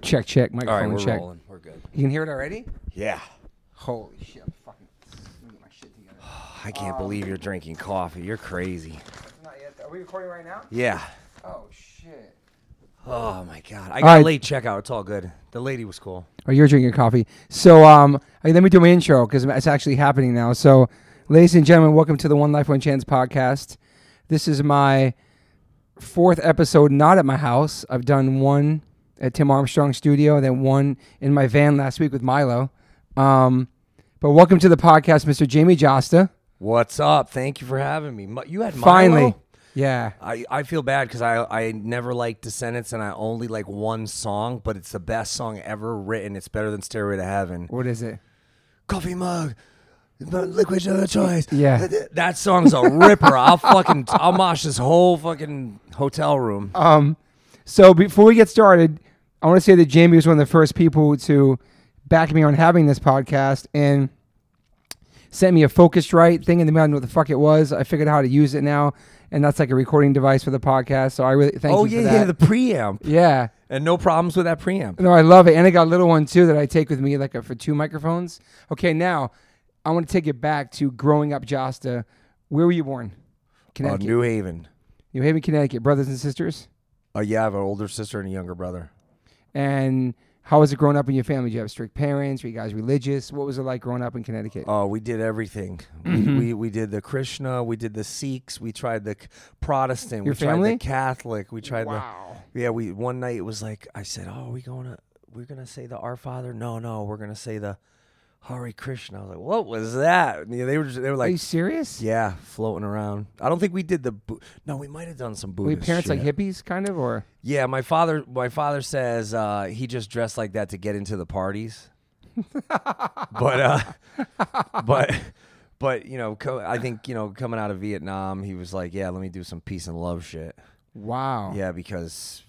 check, check, All right, microphone we're check. rolling. We're good. You can hear it already? Yeah. Holy shit! I'm fucking. let me get my shit together. I can't believe you're drinking coffee. You're crazy. It's not yet. Are we recording right now? Yeah. Oh shit! Oh my god. I got right. a late checkout. It's all good. The lady was cool. Oh, you're drinking coffee. So, um, hey, let me do my intro because it's actually happening now. So, ladies and gentlemen, welcome to the One Life One Chance podcast. This is my fourth episode, not at my house. I've done one at Tim Armstrong Studio, then one in my van last week with Milo. Um, but welcome to the podcast, Mr. Jamie Josta. What's up? Thank you for having me. Mi- You had Milo? Finally, yeah. I, I feel bad because I, I never liked Descendants and I only like one song, but it's the best song ever written. It's better than Stairway to Heaven. What is it? Coffee mug, the liquid of choice. Yeah. That song's a ripper. I'll fucking, I'll mosh this whole fucking hotel room. Um, so before we get started, I want to say that Jamie was one of the first people to back me on having this podcast and sent me a focused right thing in the mail. I didn't know what the fuck it was. I figured out how to use it now, and that's like a recording device for the podcast. So I really thank oh, you yeah, for yeah, that. the preamp. yeah. And no problems with that preamp. No, I love it, and I got a little one too that I take with me, like a, for two microphones. Okay, now I want to take it back to growing up, Josta. Where were you born? Uh, Connecticut, New Haven. New Haven, Connecticut. Brothers and sisters, Uh, yeah, I have an older sister and a younger brother. And how was it growing up in your family? Did you have strict parents? Were you guys religious? What was it like growing up in Connecticut? Oh, we did everything. Mm-hmm. We, we we did the Krishna, we did the Sikhs, we tried the K- Protestant, Your we tried family? the Catholic, we tried the yeah. We one night it was like I said, oh, are we going to we're gonna say the Our Father? No, no, we're gonna say the Hare Krishna. I was like, what was that? And, yeah, they were just, they were Are you like, serious? yeah, floating around. I don't think we did the. Bu- no, we might have done some Were your Buddhist. parents shit. like hippies, kind of, or Yeah, my father. My father says uh, he just dressed like that to get into the parties. but uh, but but you know, co- I think you know, coming out of Vietnam, he was like, yeah, let me do some peace and love shit. wow? Yeah, because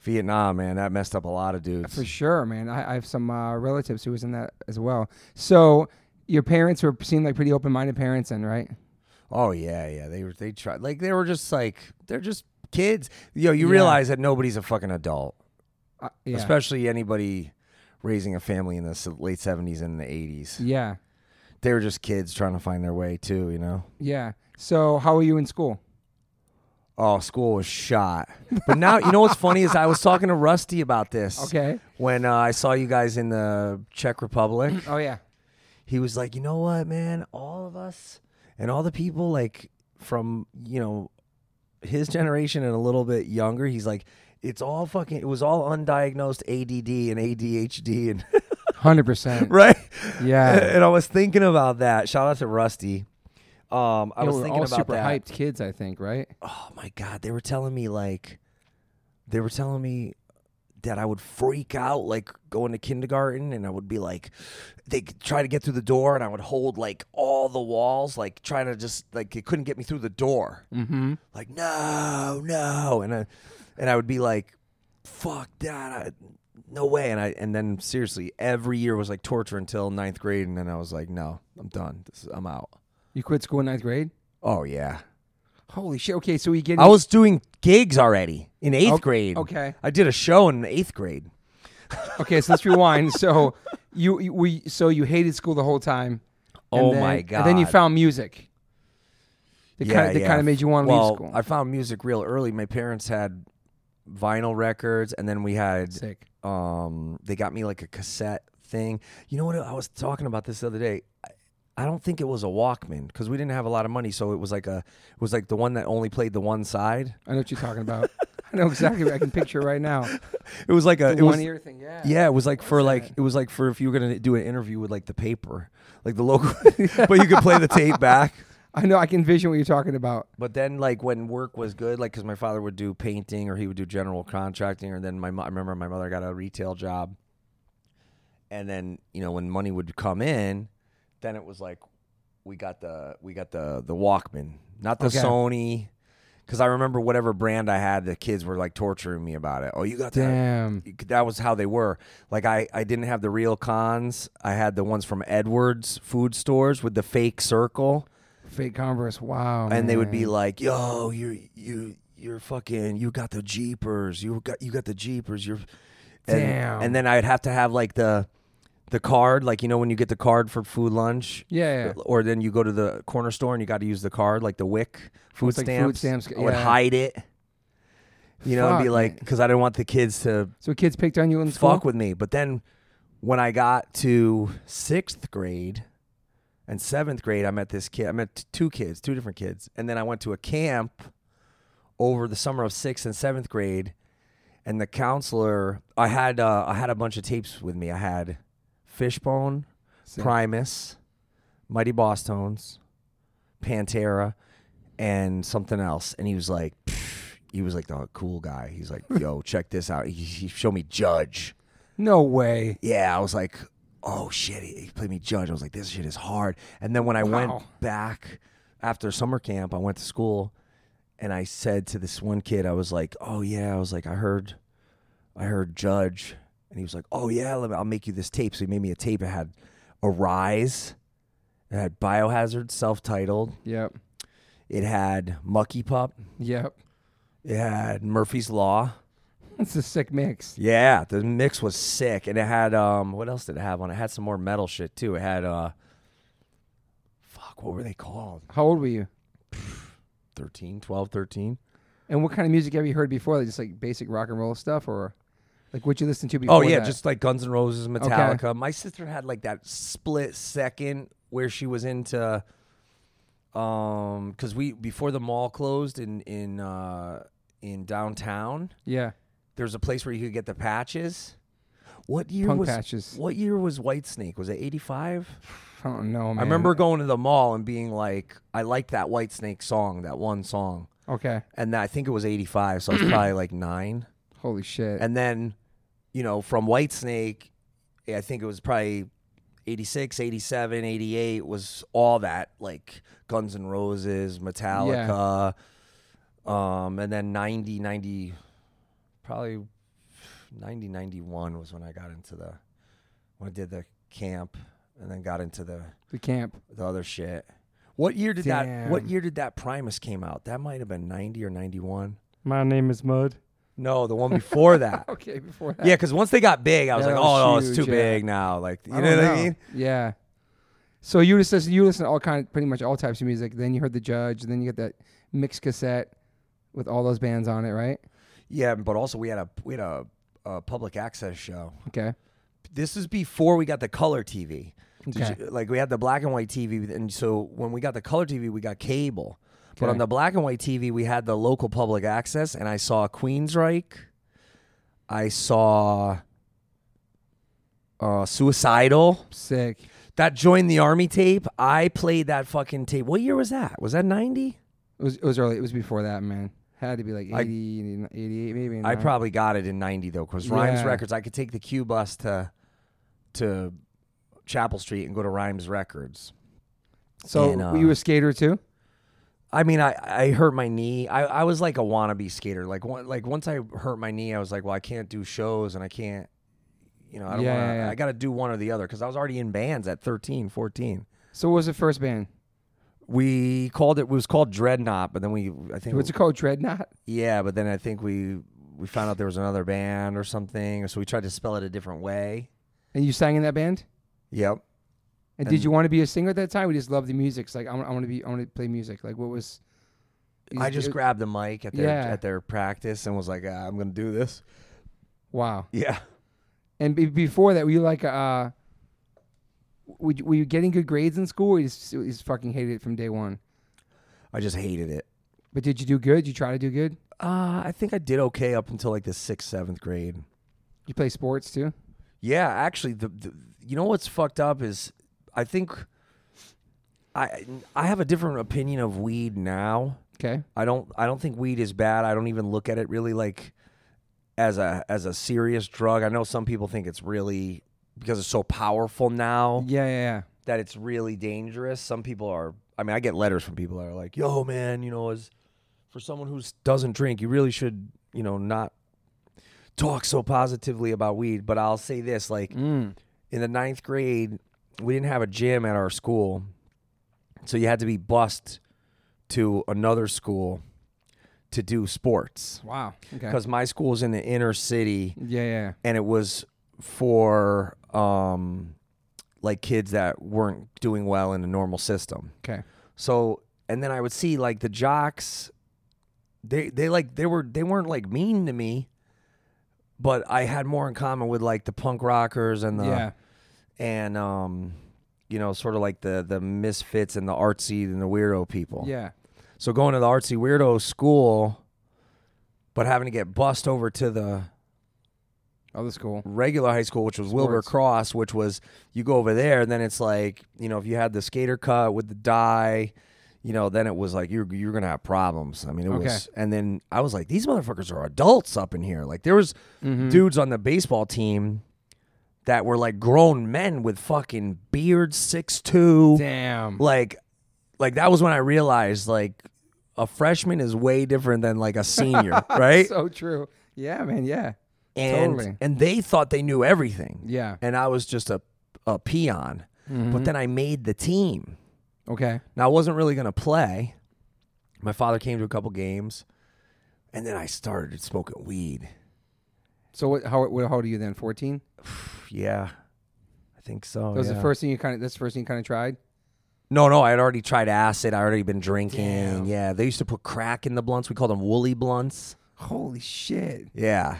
Vietnam, man, that messed up a lot of dudes. for sure, man. I, I have some uh, relatives who was in that as well. So your parents were seemed like pretty open-minded parents, then, right? Oh yeah, yeah. They were they tried like they were just like they're just kids. Yo, you realize that nobody's a fucking adult, Uh, yeah. especially anybody raising a family in the s- late seventies and the eighties. yeah, they were just kids trying to find their way too, you know. yeah. So how were you in school? Oh, school was shot. But now, you know what's funny is I was talking to Rusty about this. Okay. When uh, I saw you guys in the Czech Republic, Oh yeah, he was like, "You know what, man? All of us and all the people like from, you know, his generation and a little bit younger, he's like, it's all fucking it was all undiagnosed ADD and ADHD and hundred percent. right? Yeah. And I was thinking about that. Shout out to Rusty. Um, I Yeah, was we're thinking all about super that. hyped kids, I think, right? oh my god they were telling me like they were telling me that i would freak out like going to kindergarten and i would be like they could try to get through the door and i would hold like all the walls like trying to just like it couldn't get me through the door Mm-hmm. like no no and i and i would be like fuck that I, no way and i and then seriously every year was like torture until ninth grade and then i was like no i'm done this is, i'm out You quit school in ninth grade. oh yeah Holy shit! Okay, so you get I was doing gigs already in eighth Okay- grade. okay. I did a show in eighth grade. Okay, so let's rewind. So you, you we so you hated school the whole time. and Oh then- my And then you God. found music. That kind of, that kind of made you want to well, leave school. I found music real early. My parents had vinyl records, and then we had Sick. um, they got me like a cassette thing. You know what? I was talking about this the other day. I, I don't think it was a Walkman because we didn't have a lot of money, so it was like a it was like the one that only played the one side. I know what you're talking about. I know exactly. what I can picture right now. It was like a The it was one ear thing. Yeah. Yeah, it was like for like it was like for if you were gonna do an interview with like the paper, like the local, but you could play the tape back. I know. I can envision what you're talking about. But then like when work was good, like because my father would do painting or he would do general contracting, or then my mo- I remember my mother got a retail job, and then you know when money would come in, then it was like we got the we got the the Walkman, not the Okay. Sony, because I remember whatever brand I had, the kids were like torturing me about it. Oh, you got that Damn. that was how they were. Like I, I didn't have the real cons. I had the ones from Edwards food stores with the fake circle, Fake Converse. Wow. and they would be man. like, "Yo, you you you're fucking you got the jeepers. You got you got the jeepers. You're And, Damn. And then I'd have to have like the the card, like you know when you get the card for food lunch. Yeah, yeah. Or then you go to the corner store and you got to use the card, like the wick food It's like stamps. food stamps, I would yeah. hide it. You know, and be Fuck, like, because I didn't want the kids to So kids picked on you in school. fuck with me. But then when I got to sixth grade and seventh grade, I met this kid. I met t- two kids, two different kids. And then I went to a camp over the summer of sixth and seventh grade. And the counselor, I had uh, I had a bunch of tapes with me. I had Fishbone, Sick. Primus, Mighty Boss Tones, Pantera, and something else. And he was like, "Pfft," he was like the cool guy. He's like, yo, check this out. He, he showed me Judge. No way. Yeah, I was like, oh shit, he, he played me Judge. I was like, this shit is hard. And then when I Wow. went back after summer camp, I went to school and I said to this one kid, I was like, oh yeah, I was like, I heard, I heard Judge. And he was like, oh yeah, let me, I'll make you this tape. So he made me a tape. It had Arise, it had Biohazard self titled, Yep. it had Mucky Pup, Yep. it had Murphy's Law. It's a sick mix. Yeah, the mix was sick, and it had um, what else did it have on? It had some more metal shit too. It had uh, fuck, what were they called? How old were you? 13, 12, 13? And what kind of music have you heard before? Like just like basic rock and roll stuff, or like what you listened to before? Oh yeah, that? just like Guns N' Roses, Metallica. My sister had like that split second where she was into um, because we before the mall closed in in uh in downtown, yeah. there was a place where you could get the patches. What year Punk was patches. what year was White Snake? Was it eighty five? I don't know, Oh, man. I remember going to the mall and being like, I like that White Snake song, that one song. Okay. And I think it was 85, so I was probably like nine. Holy shit. And then, you know, from White Snake, I think it was probably 86, 87, 88 was all that, like Guns N' Roses, Metallica. Um, and then 90, 90, probably 90, 91 was when I got into the, when I did the camp and then got into the, the camp. the other shit. What year did that? What Damn. year did that Primus came out? That might have been ninety or ninety one. My name is Mud. No, the one before that. Okay, before that. Yeah, because once they got big, I was That like, was oh, no, it's huge, too yeah. big now. Like, you I know don't what I mean? Yeah. So you just listen, you listen to all kind, pretty much all types of music. Then you heard the Judge, and then you get that mixed cassette with all those bands on it, right? Yeah, but also we had a we had a, a public access show. Okay. This is before we got the color TV. Did Okay. you- like we had the black and white TV, and so when we got the color TV, we got cable. But Okay. on the black and white TV, we had the local public access, and I saw Queensryche. I saw uh, Suicidal. Sick. That joined the army tape. I played that fucking tape. What year was that? Was that ninety? It was it was early. It was before that, man. Had to be like I- 80, 88 maybe. I 89. probably got it in ninety though, because Rhymes Yeah. Records. I could take the Q bus to to Chapel Street and go to Rhymes Records. So and, uh, were you a skater too? I mean, I, I hurt my knee. I, I was like a wannabe skater. Like one, like once I hurt my knee, I was like, well, I can't do shows and I can't, you know, I don't Yeah, want to, yeah, yeah. I got to do one or the other because I was already in bands at 13, 14. So what was the first band? We called it, it was called Dreadnought, but then we, I think, What's it called? Dreadnought. yeah, but then I think we, we found out there was another band or something. So we tried to spell it a different way. And you sang in that band. Yep. And, did And- you want to be a singer at that time? We just loved the music. It's like I want, I want to be. I want to play music. Like what was? I just it- grabbed the mic at their, Yeah. at their practice and was like, ah, I'm going to do this. Wow. Yeah. And be, before that, were you like uh? Were you, were you getting good grades in school? Or you just, you just fucking hated it from day one. I just hated it. But did you do good? Did you try to do good? Uh, I think I did okay up until like the sixth, seventh grade. You play sports too? Yeah, actually, the, the you know what's fucked up is I think I I have a different opinion of weed now. Okay. I don't I don't think weed is bad. I don't even look at it really like as a as a serious drug. I know some people think it's really because it's so powerful now Yeah, yeah, yeah. that it's really dangerous. Some people are. I mean, I get letters from people that are like, "Yo, man, you know, as for someone who doesn't drink, you really should, you know, not talk so positively about weed." But I'll say this: like Mm. in the ninth grade, we didn't have a gym at our school, so you had to be bused to another school to do sports Wow. Okay. because my school was in the inner city Yeah, yeah. and it was for um like kids that weren't doing well in a normal system. Okay. So and then I would see like the jocks they they like they were they weren't like mean to me, but I had more in common with like the punk rockers and the yeah. and um you know sort of like the the misfits and the artsy and the weirdo people. Yeah. So going to the artsy weirdo school but having to get bussed over to the Other school. regular high school, which was Wilbur Sports. Cross, which was you go over there, and then it's like you know if you had the skater cut with the dye, you know then it was like you're you're gonna have problems. I mean it Okay. was, and then I was like these motherfuckers are adults up in here. Like there was Mhm. dudes on the baseball team that were like grown men with fucking beards, six two, Damn. like like that was when I realized like a freshman is way different than like a senior, right? So true. Yeah, man. Yeah. and totally. and they thought they knew everything Yeah. and I was just a a peon. Mm-hmm. But then I made the team. Okay. Now I wasn't really gonna play. My father came to a couple games, and then I started smoking weed. So what? How, what, how old are you then? Fourteen. Yeah, I think so. That was Oh, yeah. the first thing you kind of. That's the first thing you kind of tried. No, no, I had already tried acid. I already been drinking. Damn. Yeah, they used to put crack in the blunts. We called them woolly blunts. Holy shit. Yeah.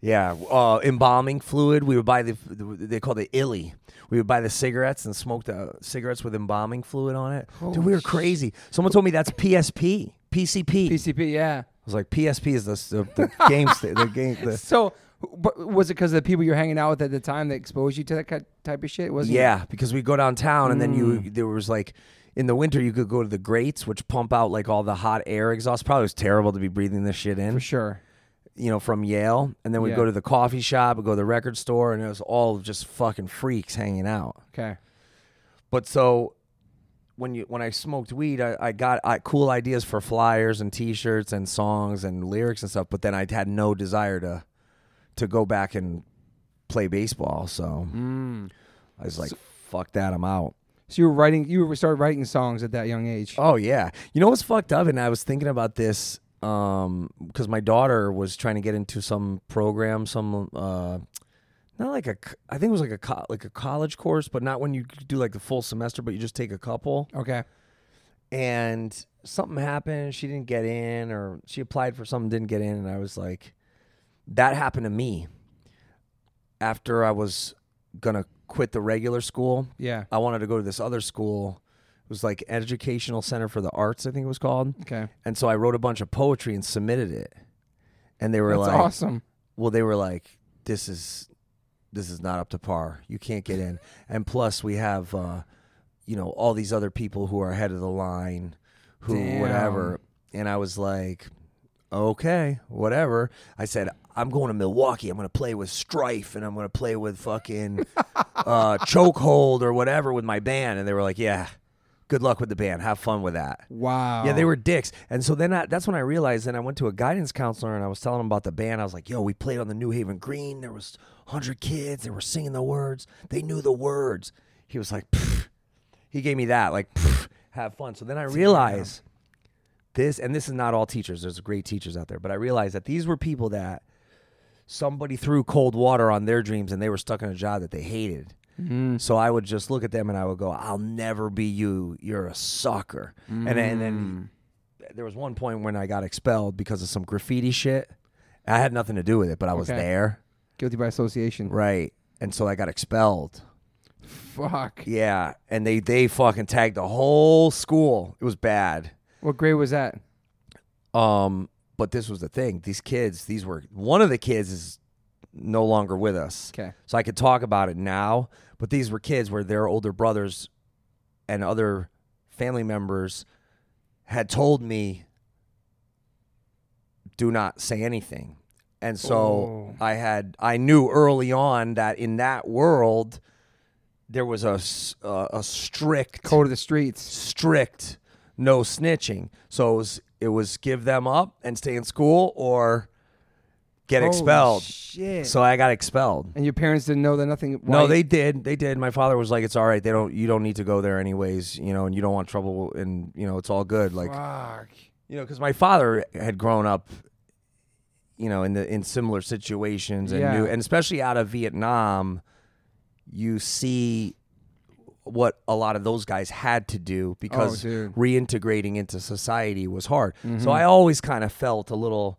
Yeah, uh, embalming fluid. We would buy the they called it illy. We would buy the cigarettes and smoke the cigarettes with embalming fluid on it. Dude, we Holy were crazy. Someone told me that's PSP, PCP. I PCP. Yeah. was like, PSP is the, the, the game, sta- the game. The, So, but was it because of the people you're hanging out with at the time that exposed you to that ki- type of shit? Wasn't it? yeah, because we go downtown and then you Mm. there was like in the winter you could go to the grates, which pump out like all the hot air exhaust. Probably was terrible to be breathing this shit in. For sure. you know, from Yale, and then we'd Yeah. go to the coffee shop, we'd go to the record store, and it was all just fucking freaks hanging out. Okay. But so when you when I smoked weed, I, I got I, cool ideas for flyers and T-shirts and songs and lyrics and stuff. But then I had no desire to to go back and play baseball. So I was like, "Fuck that, I'm out." So you were writing. You were started writing songs at that young age. Oh yeah, you know what's fucked up? And I was thinking about this um because my daughter was trying to get into some program, some uh. Not like a, c- I think it was like a co- like a college course, but not when you do like the full semester, but you just take a couple. Okay. and something happened she didn't get in or she applied for something didn't get in and i was like that happened to me after i was gonna quit the regular school Yeah. i wanted to go to this other school it was like educational center for the arts i think it was called Okay. and so i wrote a bunch of poetry and submitted it and they were That's like awesome. well they were like this is this is not up to par you can't get in and plus we have uh you know all these other people who are ahead of the line who Damn. whatever and i was like okay whatever i said i'm going to milwaukee i'm going to play with strife and i'm going to play with fucking uh chokehold or whatever with my band and they were like yeah good luck with the band have fun with that Wow. yeah, they were dicks. And so then I, that's when I realized. Then I went to a guidance counselor and I was telling him about the band. I was like, "Yo, we played on the New Haven Green. There was hundred kids. They were singing the words. They knew the words." He was like, "Pfft." "He gave me that. Like, "Pfft, have fun." So then I realized this, and this is not all teachers. There's great teachers out there, but I realized that these were people that somebody threw cold water on their dreams, and they were stuck in a job that they hated. So I would just look at them and I would go, "I'll never be you. You're a sucker." And, and then there was one point when I got expelled because of some graffiti shit. I had nothing to do with it, but I was Okay. there, guilty by association. right? And so I got expelled. Fuck. Yeah, and they they fucking tagged the whole school. It was bad. What grade was that? Um, but this was the thing. These kids, these were one of the kids is no longer with us. Okay. So I could talk about it now, but these were kids where their older brothers and other family members had told me do not say anything. And so Oh. I had I knew early on that in that world there was a s- a- a strict Code of the streets. strict no snitching. So it was it was give them up and stay in school or get Holy expelled. Shit. So I got expelled. and your parents didn't know that nothing. No, why- they did. They did. My father was like, "It's all right. They don't. You don't need to go there anyways. You know, and you don't want trouble. And you know, it's all good. Like, Fuck. you know, because my father had grown up, you know, in the in similar situations and Yeah. knew, and especially out of Vietnam, you see what a lot of those guys had to do because Oh, dude. Mm-hmm. reintegrating into society was hard. So I always kind of felt a little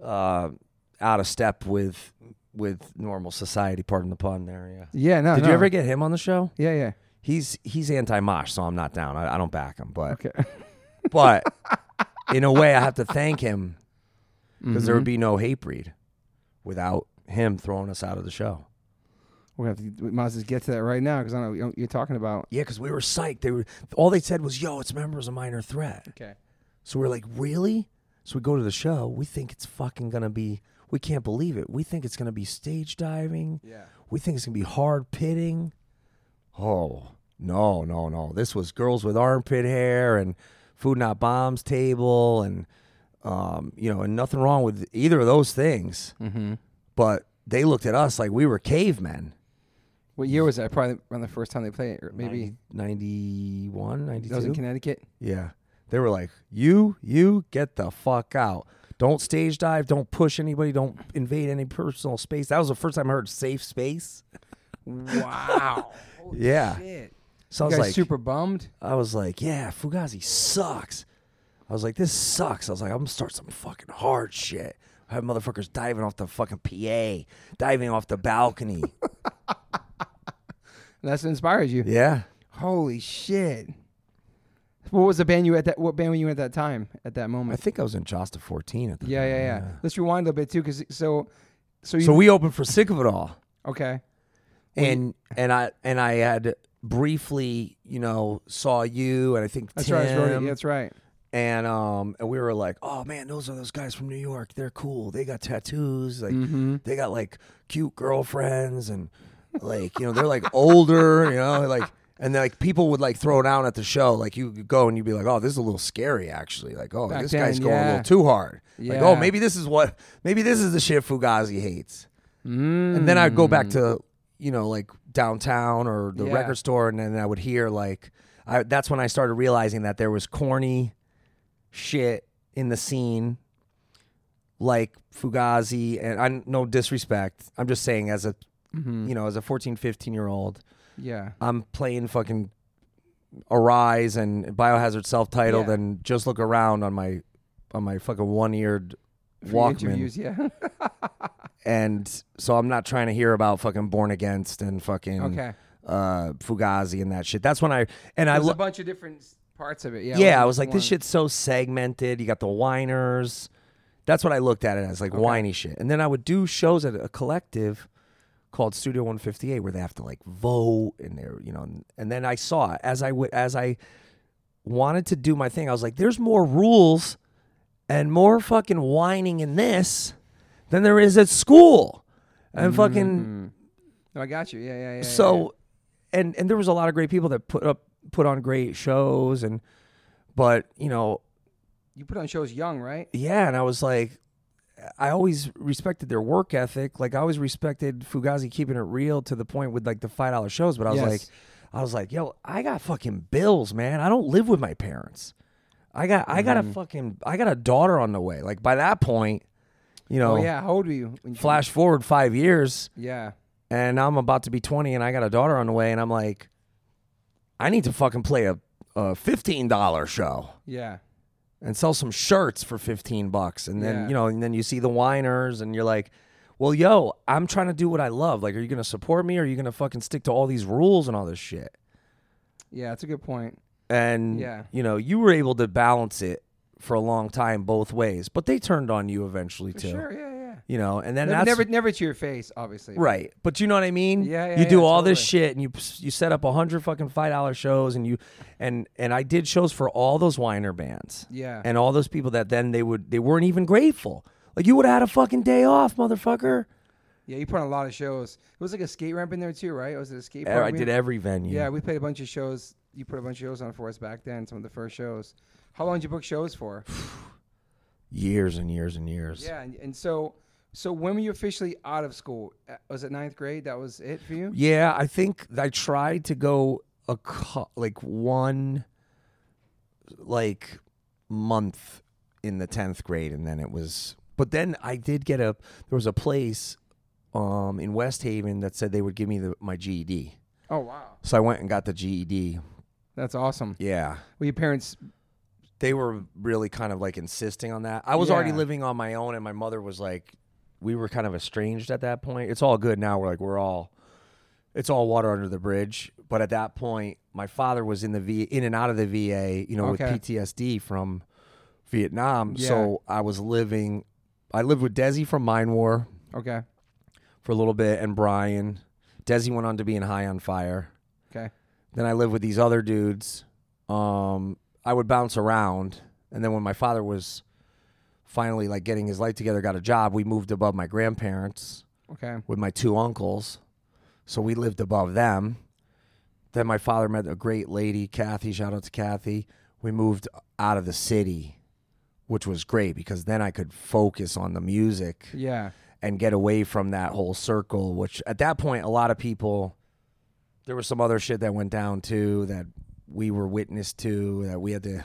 uh, out of step with with normal society. Pardon the pun, there. Yeah. Yeah, no. Did no. you ever get him on the show? Yeah, yeah. He's he's anti Mosh, so I'm not down. I, I don't back him, but Okay. but in a way, I have to thank him because there would be no hate breed without him throwing us out of the show. We're gonna have to we might as well get to that right now because I know what you're talking about. Yeah, because we were psyched. They were all they said was, "Yo, it's members of Minor Threat." Okay. So we're like, "Really?" So we go to the show. We think it's fucking gonna be. We can't believe it. We think it's gonna be stage diving. Yeah. We think it's gonna be hard pitting. Oh no, no, no! This was girls with armpit hair and food not bombs table, and um, you know, and nothing wrong with either of those things. Mm-hmm. But they looked at us like we were cavemen. What year was that? Probably around the first time they played it, or maybe 90, 91, that was in 92? Connecticut. Yeah. They were like, you, you, get the fuck out. Don't stage dive. Don't push anybody. Don't invade any personal space. That was the first time I heard safe space. Wow. yeah. Shit. So I You was guys like, super bummed. I was like, yeah, Fugazi sucks. I was like, this sucks. I was like, I'm gonna start some fucking hard shit. Have motherfuckers diving off the fucking PA, diving off the balcony. And that's what inspired you. yeah. Holy shit. What was the band you at that? What band were you in at that time? At that I moment? think I was in Josta 14 at the Yeah, time, yeah, yeah. Let's rewind a bit too, because so, so you So we opened for Sick of It All. okay? and and I and I had briefly, you know, saw you and I think That's Tim, right. That's right. That's right. and um and we were like, oh man, those are those guys from New York. They're cool. They got tattoos. Like Mm-hmm. they got like cute girlfriends and like you know they're like older. You know like. And then, like people would like throw down at the show, like you could go and you'd be like, "Oh, this is a little scary, actually." Like, "Oh, Back this then, guy's going a yeah. little too hard." Like, "Oh, Yeah. maybe this is what, maybe this is the shit Fugazi hates." Mm, and then I'd go back to you know like downtown or the Hmm. Yeah. record store, and then I would hear like I, that's when I started realizing that there was corny shit in the scene, like Fugazi, and I no disrespect. I'm just saying as a Mm-hmm. you know as a 14, 15 year old, Yeah. I'm playing fucking Arise and Biohazard self titled, Yeah. and just look around on my on my fucking one eared. For your Walkman, Mm. Interviews. Yeah. and so I'm not trying to hear about fucking Born Against and fucking okay. uh, Fugazi and that shit. That's when I and I There's a lo- bunch of different s- parts of it. Yeah. it yeah, wasn't I was just like this one. shit's so segmented. You got the whiners. That's what I looked at it as like whiny shit. And then I would do shows at a collective called Studio 158 where they have to like vote and they're you know and, and then I saw it. as I would as I wanted to do my thing. I was like, there's more rules and more fucking whining in this than there is at school. And fucking No, Oh, I got you. Yeah, yeah, Mm-hmm. yeah. yeah. so and and there was a lot of great people that put up put on great shows and but you know you put on shows young, right? yeah and i was like i always respected their work ethic like i always respected fugazi keeping it real to the point with like the five dollar shows but i was Yes. like i was like yo i got fucking bills man i don't live with my parents i got i got a Mm-hmm. fucking i got a daughter on the way like by that point you know Oh, yeah. How old were you? When you flash forward five years Yeah. and now I'm about to be 20 and I got a daughter on the way and I'm like, I need to fucking play a, a $15 show Yeah. and sell some shirts for 15 bucks. And then, Yeah. you know, and then you see the whiners and you're like, well, yo, I'm trying to do what I love. Like, are you going to support me or are you going to fucking stick to all these rules and all this shit? Yeah. That's a good point. And, Yeah. you know, you were able to balance it for a long time both ways, but they turned on you eventually too. Sure. Yeah. Yeah. You know, and then Never, that's never, never to your face, obviously. Right. But you know what I mean? Yeah, yeah, You do yeah, all this totally. shit and you you set up a hundred fucking five dollar shows and you and and I did shows for all those whiner bands. Yeah. And all those people that then they would they weren't even grateful. Like you would have had a fucking day off, motherfucker. Yeah. You put on a lot of shows. It was like a skate ramp in there too, right? Was it a skate? I park? We- did every venue. Yeah, we played a bunch of shows. You put a bunch of shows on for us back then. Some of the first shows. How long did you book shows for? Years and years and years. yeah, and, and so, so when were you officially out of school? Uh, Was it ninth grade? That was it for you? Yeah, I think I tried to go a cou- like one like month in the 10th grade and then it was but then I did get a there was a place um in West Haven that said they would give me the, my GED. Oh wow, So I went and got the GED. that's awesome. Yeah. Well, your parents. They were really kind of like insisting on that. I was already Yeah. living on my own and my mother was like we were kind of estranged at that point. It's all good now. We're like we're all it's all water under the bridge, but at that point my father was in the V in and out of the VA, you know, Okay. with PTSD from Vietnam. Yeah. So I was living I lived with Desi from Mine War. Okay. for a little bit, and Brian. Desi went on to being high on fire. Okay. Then I lived with these other dudes. Um, I would bounce around, and then when my father was finally like getting his life together, got a job, we moved above my grandparents Okay. with my two uncles, so we lived above them. Then my father met a great lady, Kathy. Shout out to Kathy. We moved out of the city, which was great because then I could focus on the music Yeah. and get away from that whole circle, which at that point, a lot of people, there was some other shit that went down too that we were witness to that we had to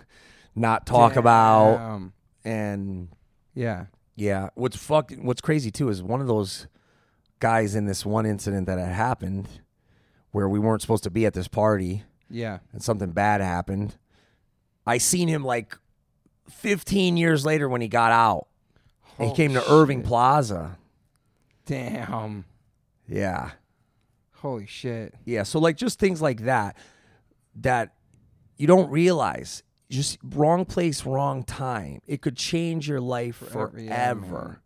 not talk about. Um, And yeah. yeah, what's fucking, what's crazy too is one of those guys in this one incident that had happened where we weren't supposed to be at this party Yeah. and something bad happened. I seen him like 15 years later when he got out. he Holy came to Irving shit. Plaza. Damn. Yeah. Holy shit. Yeah, so like just things like that that you don't realize. Just wrong place, wrong time. It could change your life Forever, forever. yeah, man.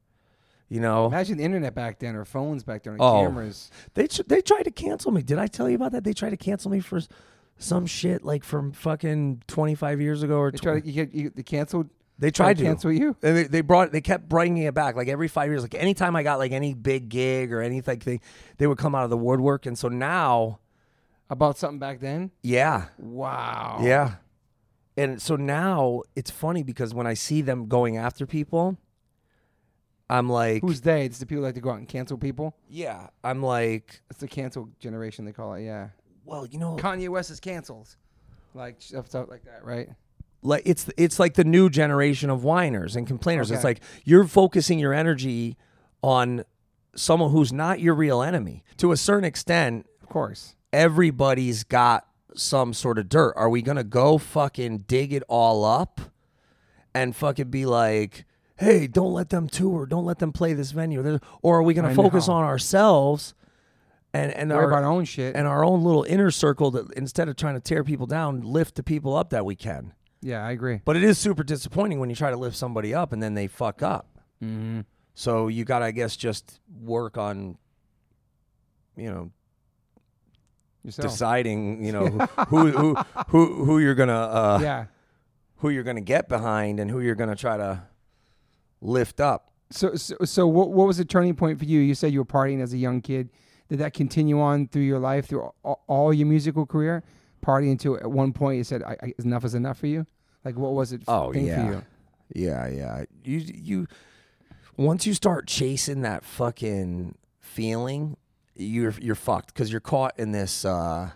you know, Imagine the internet back then, or phones back then, or Oh. cameras. they tr- they tried to cancel me. Did I tell you about that? They tried to cancel me for s- some shit like from fucking 25 years ago or They 20. tried. You get. You, they canceled. they tried to to cancel you. And they, they brought they kept bringing it back like every five years. Like anytime I got like any big gig or anything, they, they would come out of the woodwork. And so now, about something back then. yeah, Wow. Yeah. And so now it's funny because when I see them going after people, I'm like, Who's they? It's the people that like to go out and cancel people. yeah, I'm like, It's the cancel generation they call it. Yeah. well, you know, Kanye West is canceled. Like stuff, stuff like that, right? like it's it's like the new generation of whiners and complainers. It's Okay. like you're focusing your energy on someone who's not your real enemy. To a certain extent, Of course. everybody's got some sort of dirt. Are we gonna go fucking dig it all up and fucking be like, hey, don't let them tour, don't let them play this venue, There's- or are we gonna I focus know. on ourselves and and Worry our about our own shit. and our own little inner circle that instead of trying to tear people down, lift the people up that we can. yeah, I agree. But it is super disappointing when you try to lift somebody up and then they fuck up. Mm-hmm. So you gotta, I guess, just work on, you know, Yourself. deciding, you know, who who who who you're gonna uh, yeah. who you're gonna get behind and who you're gonna try to lift up. So, so, so what, what was the turning point for you? You said you were partying as a young kid. Did that continue on through your life, through all, all your musical career? Partying until at one point you said, I, I, enough is enough for you? Like, what was it? f- Oh, thing yeah. For you? Yeah, yeah. You you once you start chasing that fucking feeling, you're you're fucked because you're caught in this uh,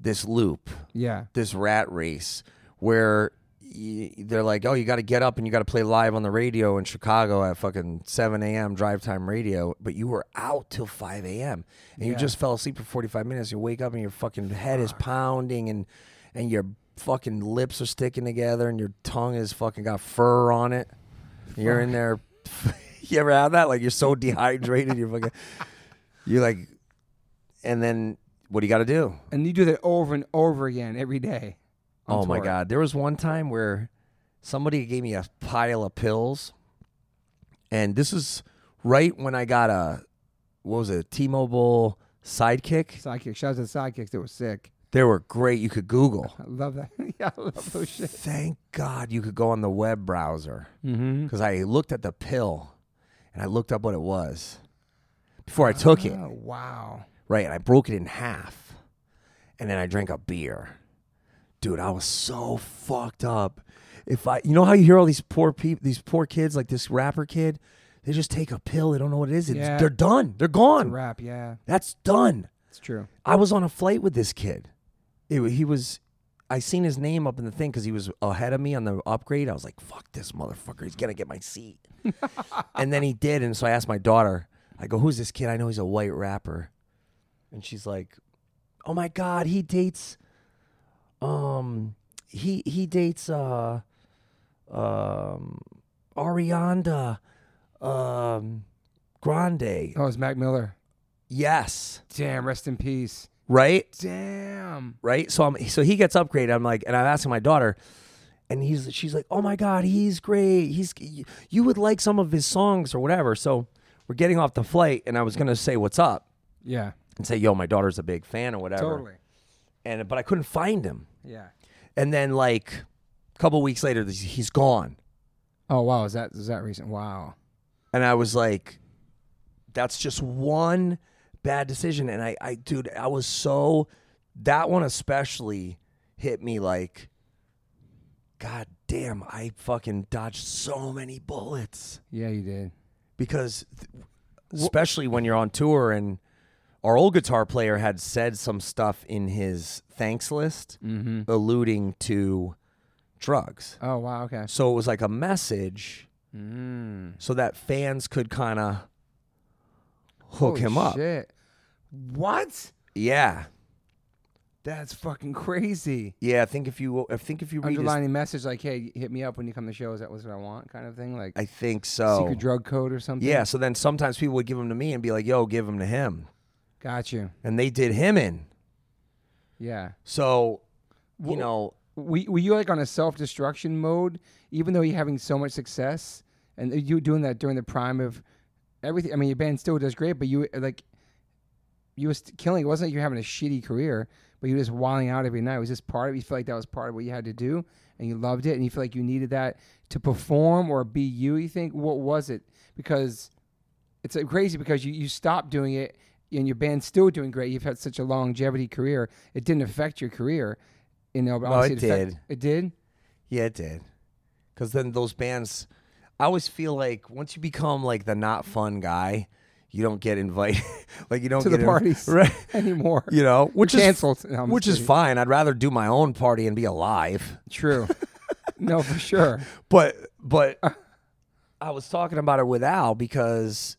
this loop. Yeah. this rat race where y they're like, oh, you got to get up and you got to play live on the radio in Chicago at fucking 7 a.m. drive time radio, but you were out till 5 a.m. and you Yeah. just fell asleep for 45 minutes. You wake up and your fucking head is pounding and and your fucking lips are sticking together and your tongue is fucking got fur on it. You're in there. you ever have that? Like you're so dehydrated, you're fucking. You're like, and then what do you got to do? And you do that over and over again every day. on Oh my tour. god, there was one time where somebody gave me a pile of pills, and this is right when I got a what was it, T-Mobile Sidekick. Sidekick. Shout out to the sidekicks that were sick. They were great. You could Google. I love that. yeah, I love those Oh, shit. Thank God you could go on the web browser Mm-hmm. because I looked at the pill and I looked up what it was before I took it. Oh, wow. Right, and I broke it in half. And then I drank a beer. Dude, I was so fucked up. If I you know how you hear all these poor people these poor kids, like this rapper kid, they just take a pill, they don't know what it is. It's- Yeah. They're done. They're gone. Rap, yeah. That's done. It's true. I was on a flight with this kid. It, wa- he was I seen his name up in the thing because he was ahead of me on the upgrade. I was like, "Fuck this motherfucker! He's gonna get my seat." and then he did, and so I asked my daughter. I go, "Who's this kid? I know he's a white rapper," and she's like, "Oh my god, he dates, um, he he dates uh, um, Arianda, um, Grande." Oh, it's Mac Miller. Yes, Damn, rest in peace. right. Damn. right? So I'm so he gets upgraded. I'm like, and I'm asking my daughter, and he's she's like, oh my god, he's great. He's you would like some of his songs or whatever. So we're getting off the flight, and I was gonna say what's up Yeah. and say, yo, my daughter's a big fan or whatever. Totally. And but I couldn't find him. Yeah. And then like a couple weeks later, this- he's gone. Oh wow, is that is that recent? Wow. And I was like, that's just one bad decision. And I, I, dude, I was so, that one especially hit me like, God damn, I fucking dodged so many bullets. Yeah, you did. Because, th- especially when you're on tour and our old guitar player had said some stuff in his thanks list Mm-hmm. alluding to drugs. Oh wow. Okay. So it was like a message Mm. so that fans could kind of hook him up. Shit. What? Yeah, That's fucking crazy. yeah. I think if you, I think if you read, his, Underlining message like, "Hey, hit me up when you come to shows. That was what I want," kind of thing. Like I think so. secret drug code or something. Yeah. So then sometimes people would give them to me and be like, "Yo, give them to him," Got you. and they did him in. Yeah. So, you Well- know, Were, were you like on a self destruction mode, even though you're having so much success, and uh, you were doing that during the prime of everything? I mean, your band still does great, but you like you was killing. It wasn't like you're having a shitty career, but you were just wilding out every night. It was just part of. You feel like that was part of what you had to do, and you loved it, and you feel like you needed that to perform or be you. You think what was it? Because it's uh, crazy because you you stopped doing it. And your band's still doing great. You've had such a longevity career. It didn't affect your career, you know. But No, obviously it affect- did. It did. yeah, it did. Because then those bands, I always feel like once you become like the not fun guy, you don't get invited. like you don't To the get in- parties. right? anymore. You know, which is canceled. No, I'm just which is kidding. fine. I'd rather do my own party and be alive. True. no, for sure. But but I was talking about it with Al because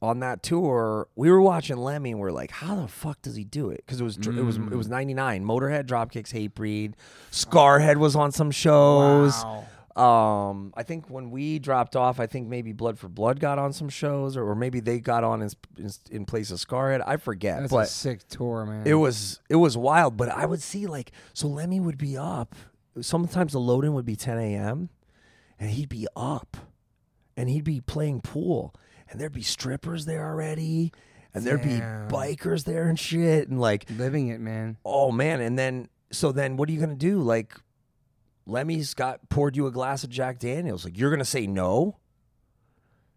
on that tour we were watching Lemmy and we are like, how the fuck does he do it? Because it was dr it was it was ninety nine. Motorhead, Dropkicks, Hatebreed, Scarhead was on some shows. Wow. Um, I think when we dropped off, I think maybe Blood for Blood got on some shows, or, or maybe they got on in, in, in place of Scarhead. I forget, That's a but sick tour, man. it was it was wild, but I would see like so Lemmy would be up. Sometimes the load in would be 10 a.m. and he'd be up, and he'd be playing pool, and there'd be strippers there already, and there'd be Damn. bikers there and shit, and like living it, man. oh man, and then so then what are you gonna do? Like Lemmy's got poured you a glass of Jack Daniels, like you're gonna say no,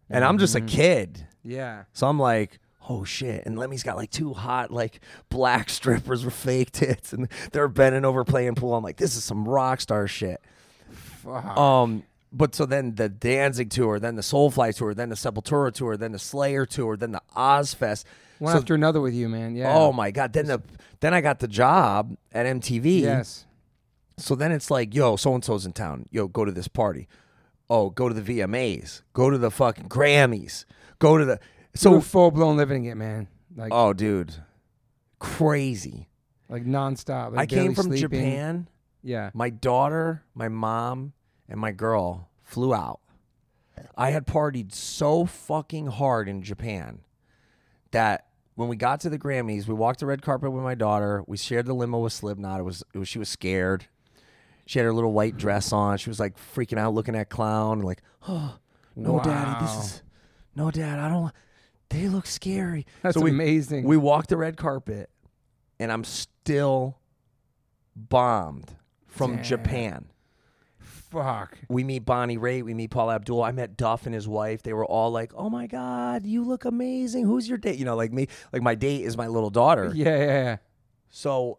and I'm just a kid. Yeah. So I'm like, oh shit. And Lemmy's got like two hot, like black strippers with fake tits and they're bending over playing pool. I'm like, this is some rock star shit. Fuck. Um, but so then the Danzig tour, then the Soulfly tour, then the Sepultura tour, then the Slayer tour, then the Ozfest. One so, after another with you, man. Yeah. oh my God. Then the then I got the job at MTV. yes. So then it's like, yo, so and so's in town. Yo, go to this party. Oh, go to the VMAs. Go to the fucking Grammys. Go to the So so full blown living it, man. Like Oh, dude. Crazy. like nonstop. Like I came barely from sleeping. Japan. Yeah. My daughter, my mom, and my girl flew out. I had partied so fucking hard in Japan that when we got to the Grammys, we walked the red carpet with my daughter. We shared the limo with Slipknot. It was, it was she was scared. She had her little white dress on. She was like freaking out, looking at clown, and like, oh, no, daddy, this Wow. is no, dad. I don't. They look scary. That's so we, amazing. we walked the red carpet, and I'm still bombed from Damn. Japan. Fuck. We meet Bonnie Raitt, we meet Paul Abdul. I met Duff and his wife. They were all like, "Oh my God, you look amazing. Who's your date?" You know, like me, like my date is my little daughter. Yeah, yeah, yeah. So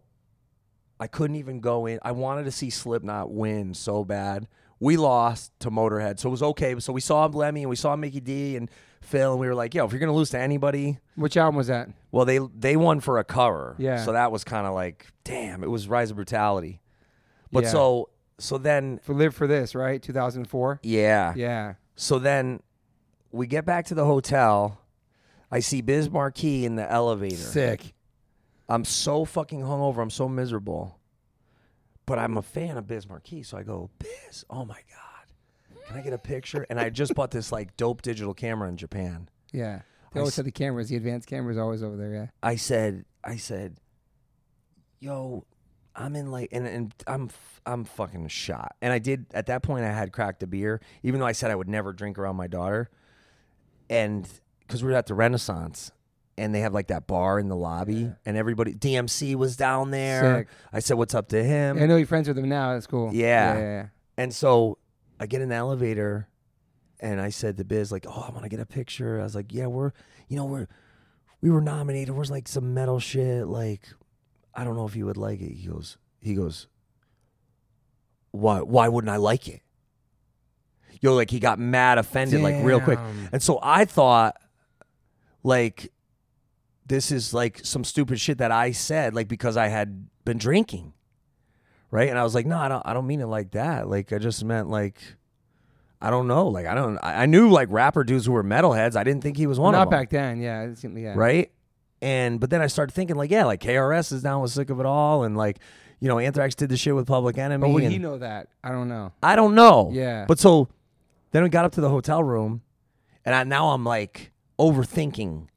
I couldn't even go in. I wanted to see Slipknot win so bad. We lost to Motorhead, so it was okay. So we saw Lemmy and we saw Mickey D and Phil, and we were like, "Yo, if you're gonna lose to anybody, Which album was that? well, they they won for a cover. Yeah. So that was kind of like, damn, it was Rise of Brutality. But Yeah. so so then For live for this, right? 2004. yeah. Yeah. So then we get back to the hotel. I see Biz Marquee in the elevator. Sick. I'm so fucking hungover. I'm so miserable. But I'm a fan of Biz Marquee, so I go, Biz, oh my God. Can I get a picture? And I just bought this like dope digital camera in Japan. Yeah. I They always s- said the cameras, the advanced cameras, always over there. Yeah. I said, I said, yo, I'm in like, and, and I'm, f- I'm fucking shot. And I did, at that point, I had cracked a beer, even though I said I would never drink around my daughter. And because we were at the Renaissance and they have like that bar in the lobby and everybody, DMC was down there. Sick. I said, what's up to him? I know you're friends with them now. That's cool. Yeah. Yeah. yeah. And so I get in the elevator and I said to Biz, like, oh, I want to get a picture. I was like, yeah, we're, you know, we're, we were nominated. We're like some metal shit. Like, I don't know if you would like it. He goes, he goes, why, why wouldn't I like it? Yo, like he got mad offended, like real quick. Damn. And so I thought, like, this is like some stupid shit that I said, like because I had been drinking, right? And I was like, no, I don't, I don't mean it like that. Like I just meant like, I don't know, like I don't, I I knew like rapper dudes who were metalheads. I didn't think he was one Not of them, back then. Yeah. It seemed, yeah. right? And but then I started thinking like, yeah, like KRS is down with sick of it all, and like, you know, Anthrax did the shit with Public Enemy. But would and- he know that? I don't know. I don't know. Yeah. But so then we got up to the hotel room, and I, now I'm like overthinking.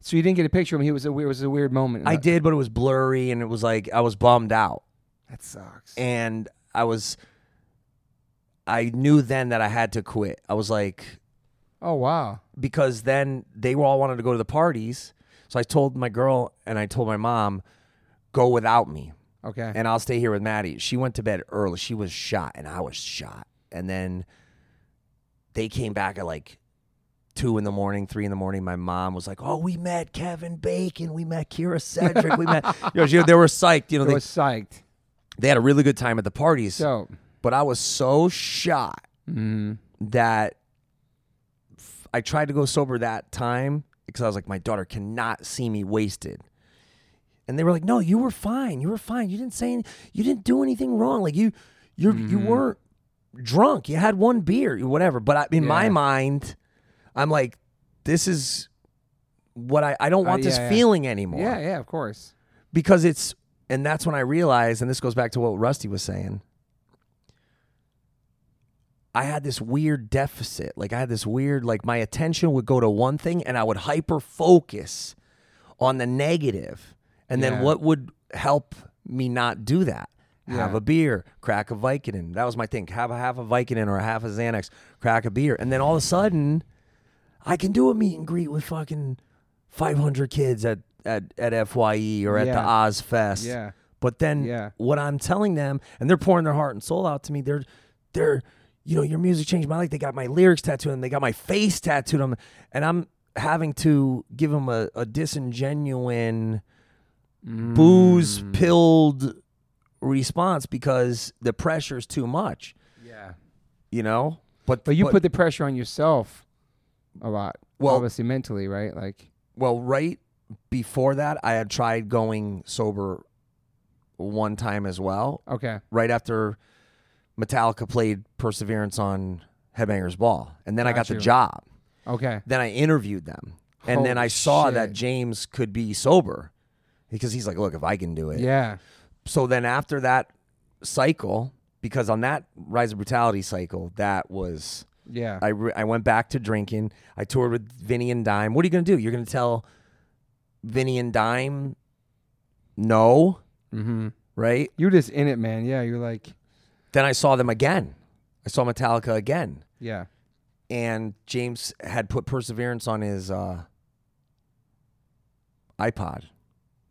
So you didn't get a picture of him. He was a weird. It was a weird moment. I did, but it was blurry, and it was like I was bummed out, That sucks. and I was. I knew then that I had to quit. I was like, oh wow. because then they were all wanted to go to the parties. So I told my girl and I told my mom, go without me. Okay. and I'll stay here with Maddie. She went to bed early. She was shot, and I was shot. And then they came back at like two in the morning, three in the morning. My mom was like, "Oh, we met Kevin Bacon. We met Kira Cedric. we met." You know, she- they were psyched. You know, I they, was psyched. they had a really good time at the parties. So but I was so shot mm, that f- I tried to go sober that time because I was like, my daughter cannot see me wasted. And they were like, no, you were fine. You were fine. You didn't say any, you didn't do anything wrong. Like you, you, you Mm-hmm. weren't drunk. You had one beer, whatever. But I, in my Yeah. mind, I'm like, this is what I, I don't Uh, want this yeah, yeah. feeling anymore yeah, yeah, of course. because it's and that's when I realized, and this goes back to what Rusty was saying. I had this weird deficit. Like I had this weird, like my attention would go to one thing and I would hyper focus on the negative. And then Yeah. what would help me not do that? Have Yeah. a beer, crack a Vicodin. That was my thing. Have a half a Vicodin or a half a Xanax, crack a beer. And then all of a sudden, I can do a meet and greet with fucking 500 kids at at, at FYE or at the Yeah. Oz Fest. Yeah. But then Yeah. what I'm telling them, and they're pouring their heart and soul out to me. They're they're you know your music changed my life. They got my lyrics tattooed on. them. They got my face tattooed on. them. And I'm having to give them a, a disingenuine Mm-hmm. Hmm. booze pilled response because the pressure is too much. Yeah. You know. But But you put the pressure on yourself a lot. Well- obviously mentally, right? Like Well, right before that, I had tried going sober one time as well. okay. Right after Metallica played Perseverance on Headbangers Ball, and then I got Got the you. job. Okay. Then I interviewed them, and then Holy I saw that shit. James could be sober because he's like, "Look, if I can do it." Yeah. So then after that cycle, because on that Rise of Brutality cycle, that was Yeah. I, re- I went back to drinking. I toured with Vinny and Dime. What are you going to do? You're going to tell Vinny and Dime no, mm-hmm. right? You're just in it, man. Yeah. You're like, Then I saw them again. I saw Metallica again. yeah. And James had put Perseverance on his uh, iPod.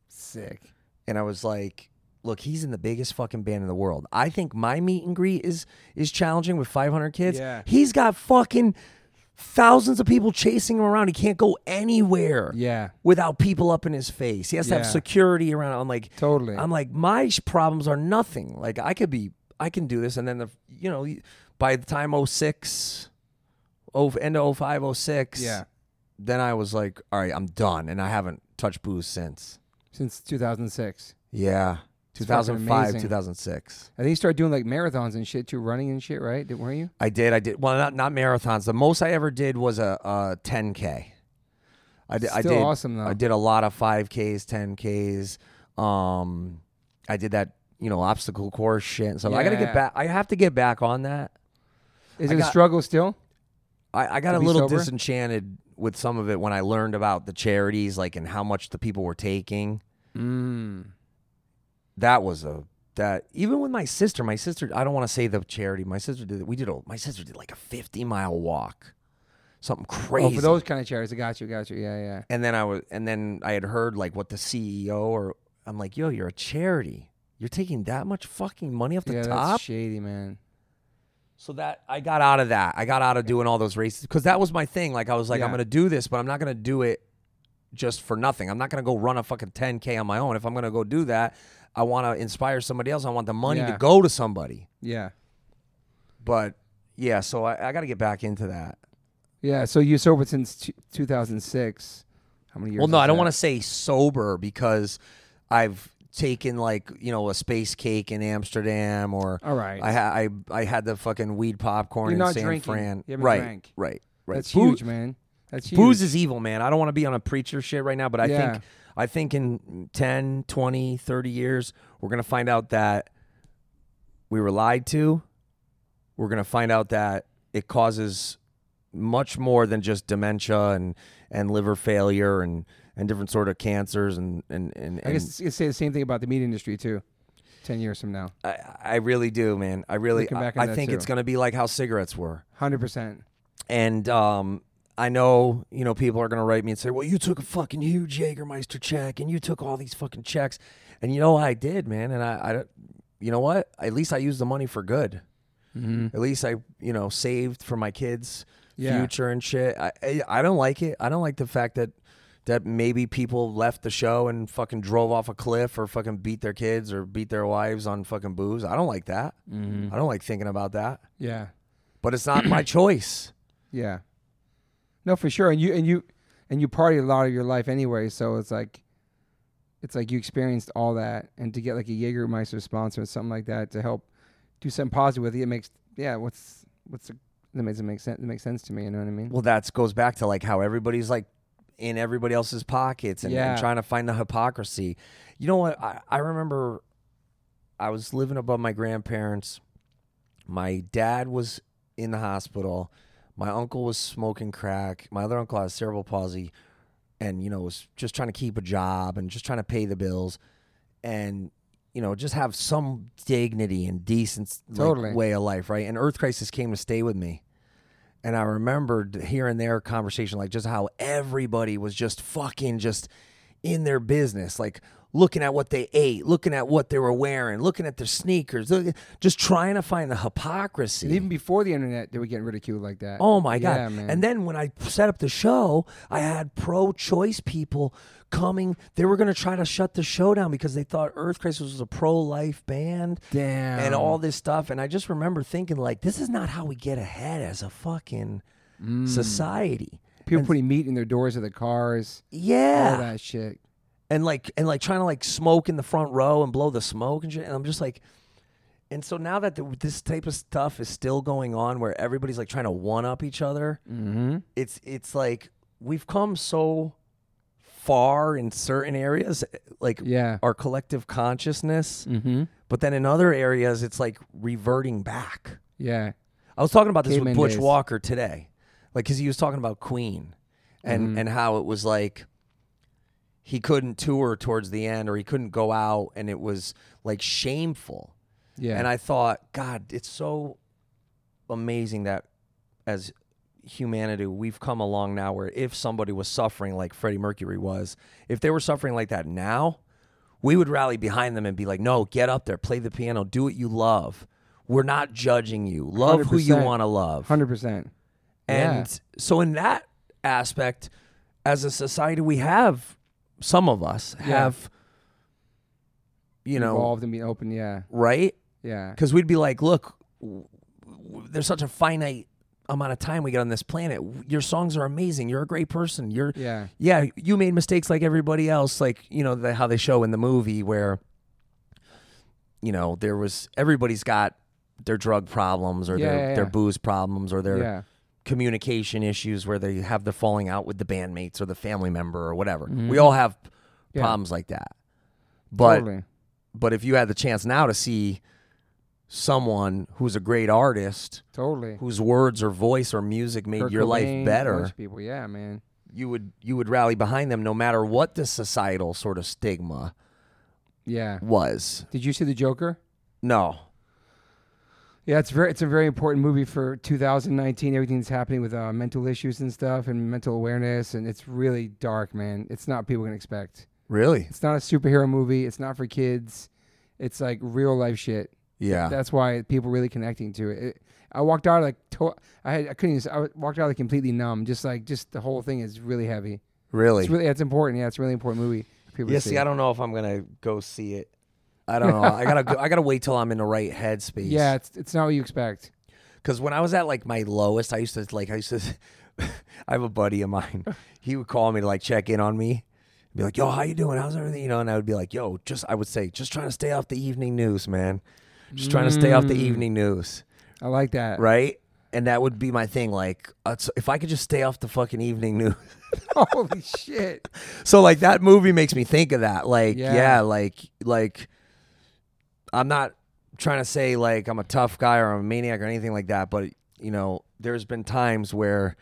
Sick. And I was like, look, he's in the biggest fucking band in the world. I think my meet and greet is is challenging with 500 kids. Yeah. He's got fucking thousands of people chasing him around. He can't go anywhere. Yeah. without people up in his face. He has to have Yeah. security around. him. I'm like, Totally. I'm like, my sh- problems are nothing. Like I could be, I can do this. And then the, you know, by the time 06, oh, end of 05, 06, yeah. then I was like, all right, I'm done. And I haven't touched booze since. Since 2006. Yeah. fucking 2005, amazing. 2006. And then you started doing like marathons and shit too, running and shit, right? Did, weren't you? I did. I did. Well, not not marathons. The most I ever did was a, a 10k. I did. I Still did. awesome, though. I did a lot of 5ks, 10ks. Um, I did that. You know, obstacle course shit. and stuff. I gotta Yeah. get back. I have to get back on that. Is I it a got- struggle still? I, I got To a be little sober? disenchanted with some of it when I learned about the charities, like and how much the people were taking. Mm. That was a that even with my sister, my sister, I don't want to say the charity. My sister did. We did a. My sister did like a fifty mile walk, something crazy. Oh, for those kind of charities, I got you, got you. Yeah, yeah. and then I was, and then I had heard like what the CEO or I'm like, yo, you're a charity. You're taking that much fucking money off the yeah, top. that's shady, man. So that I got out of that. I got out of doing all those races because that was my thing. Like I was like, I'm Yeah. gonna do this, but I'm not gonna do it just for nothing. I'm not gonna go run a fucking 10k on my own. If I'm gonna go do that, I want to inspire somebody else. I want the money Yeah. to go to somebody. Yeah, But yeah, so I, I got to get back into that. yeah. So you sober since t- 2006. How many years? Well, no, I don't want to say sober because I've taken like you know a space cake in Amsterdam or All right. I ha- I I had the fucking weed popcorn You're in not San drinking. Fran. You haven't right, drank. right, right. That's Boo- huge, man. That's huge. Booze is evil, man. I don't want to be on a preacher shit right now, but I Yeah. think I think in 10, 20, 30 years, we're going to find out that we were lied to. We're going to find out that it causes much more than just dementia and and liver failure and and different sort of cancers and and and, I guess you could say the same thing about the meat industry too. Ten years from now, and I, I really do, man. I really Looking I, back on I that think too. it's going to be like how cigarettes were. hundred percent. And um, I know, you know, people are going to write me and say, well, you took a fucking huge Jägermeister check and you took all these fucking checks. And you know what I did, man? And I, I don't- you know what? At least I used the money for good. At least I, you know, saved for my kids' Yeah. future and shit. I, I, I don't like it. I don't like the fact that that maybe people left the show and fucking drove off a cliff or fucking beat their kids or beat their wives on fucking booze. I don't like that. I don't like thinking about that. Yeah, But it's not my choice. yeah. No, for sure. And you and you and you party a lot of your life anyway, so it's like, it's like you experienced all that, and to get like a Jägermeister sponsor or something like that to help do something positive with it, it makes yeah. What's what's the, that makes it make sense? It makes sense to me. You know what I mean? Well, that goes back to like how everybody's like in everybody else's pockets and, and Yeah. trying to find the hypocrisy. You know what? I, I remember I was living above my grandparents. My dad was in the hospital. My uncle was smoking crack. My other uncle has cerebral palsy and, you know, was just trying to keep a job and just trying to pay the bills and, you know, just have some dignity and decent like, Totally. way of life, right? And Earth Crisis came to stay with me. And I remembered hearing their conversation, like just how everybody was just fucking just in their business, like looking at what they ate, looking at what they were wearing, looking at their sneakers, look- just trying to find the hypocrisy. And even before the internet, they were getting ridiculed like that. Oh my god! Yeah, man. And then when I set up the show, I had pro-choice people coming. They were going to try to shut the show down because they thought Earth Crisis was a pro-life band damn and all this stuff. And I just remember thinking, like, this is not how we get ahead as a fucking Hmm. Mm. society. people putting meat in their doors of the cars, all Yeah, that shit. and like and like trying to like smoke in the front row and blow the smoke and shit. And I'm just like. And so now that the, this type of stuff is still going on, where everybody's like trying to one up each other, Mm-hmm. it's it's like we've come so far in certain areas like Yeah. our collective consciousness Mm-hmm. but then in other areas it's like reverting back Yeah. i was talking about this Caveman with butch days. walker today like because he was talking about queen and Mm-hmm. and how it was like he couldn't tour towards the end or he couldn't go out and it was like shameful Yeah. and I thought, God, it's so amazing that as humanity, we've come along now where if somebody was suffering like Freddie Mercury was, if they were suffering like that now, we would rally behind them and be like, no, get up there, play the piano, do what you love. We're not judging you. Love who you 100%. want to love. Hundred percent. And so, in that aspect, as a society, we have some of us have, you know, involved and being open. Yeah. right? Yeah. because we'd be like, look, w- w- there's such a finite amount of time we get on this planet. W- Your songs are amazing. You're a great person. You're Yeah. yeah, you made mistakes like everybody else, like you know the, how they show in the movie where you know, there was everybody's got their drug problems or Yeah, their, yeah, yeah. their booze problems or their Yeah. communication issues where they have the falling out with the bandmates or the family member or whatever. We all have Mm-hmm. Yeah. problems like that. But totally. but if you had the chance now to see someone who's a great artist, Totally. whose words or voice or music made Kurt your Cobain, life a bunch better, of people, yeah, man. you would you would rally behind them no matter what the societal sort of stigma Yeah. was. Did you see the Joker? No. Yeah, it's very it's a very important movie for 2019. Everything that's happening with uh, mental issues and stuff, and mental awareness, and it's really dark, man. It's not what people can expect. Really? It's not a superhero movie. It's not for kids. It's like real life shit. Yeah. That's why people really connecting to it. it I walked out like to- I had I couldn't. Even, I wa- walked out like completely numb. Just like just the whole thing is really heavy. really? It's really it's important. Yeah, it's a really important movie. for People yeah, to see. see, I don't know if I'm gonna go see it. I don't know. I gotta go, I gotta wait till I'm in the right headspace. yeah, it's it's not what you expect. Because when I was at like my lowest, I used to like I used to. I have a buddy of mine. He would call me to like check in on me, be like, "Yo, how you doing? How's everything?" You know, and I would be like, "Yo, just I would say, just trying to stay off the evening news, man. Just trying to stay off the evening news, I like that. right?" And that would be my thing. Like, uh, so if I could just stay off the fucking evening news. Holy shit. so like that movie makes me think of that. Like, Yeah. yeah, like like I'm not trying to say like I'm a tough guy or I'm a maniac or anything like that, but you know, there's been times where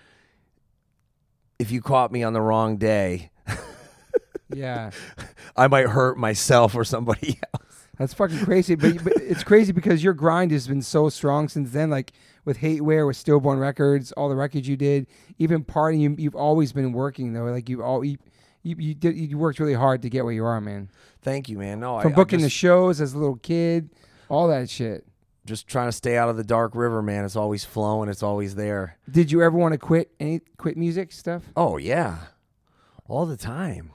if you caught me on the wrong day, Yeah. I might hurt myself or somebody else. That's fucking crazy, but, but it's crazy because your grind has been so strong since then. Like with Hateware, with Stillborn Records, all the records you did, even partying, you, you've always been working though. Like you all you you, you, did, you worked really hard to get where you are, man. Thank you, man. No, I, From I'm booking the just, shows as a little kid, all that shit. just trying to stay out of the dark river, man. It's always flowing. It's always there. Did you ever want to quit any quit music stuff? Oh yeah, all the time.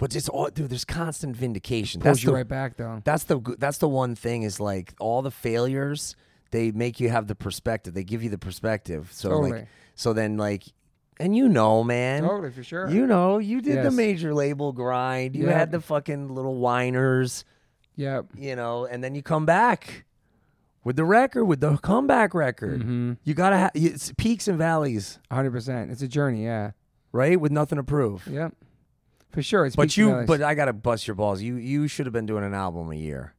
But it's all, dude. There's constant vindication. Pulls That's you the right back though. That's the g- that's the one thing is like all the failures they make you have the perspective. They give you the perspective. So Totally. like so then like and you know, man. Totally for sure. You know, you did the Yes. major label grind. You Yeah. had the fucking little whiners, yep. you know, and then you come back with the record, with the Mm. comeback record. You gotta have it's peaks and valleys, hundred percent. It's Mm-hmm. a journey. Yeah. right? With nothing to prove. Yep. For sure. It's But peaks and you, valleys. but I gotta bust your balls. You, you should have been doing an album a year.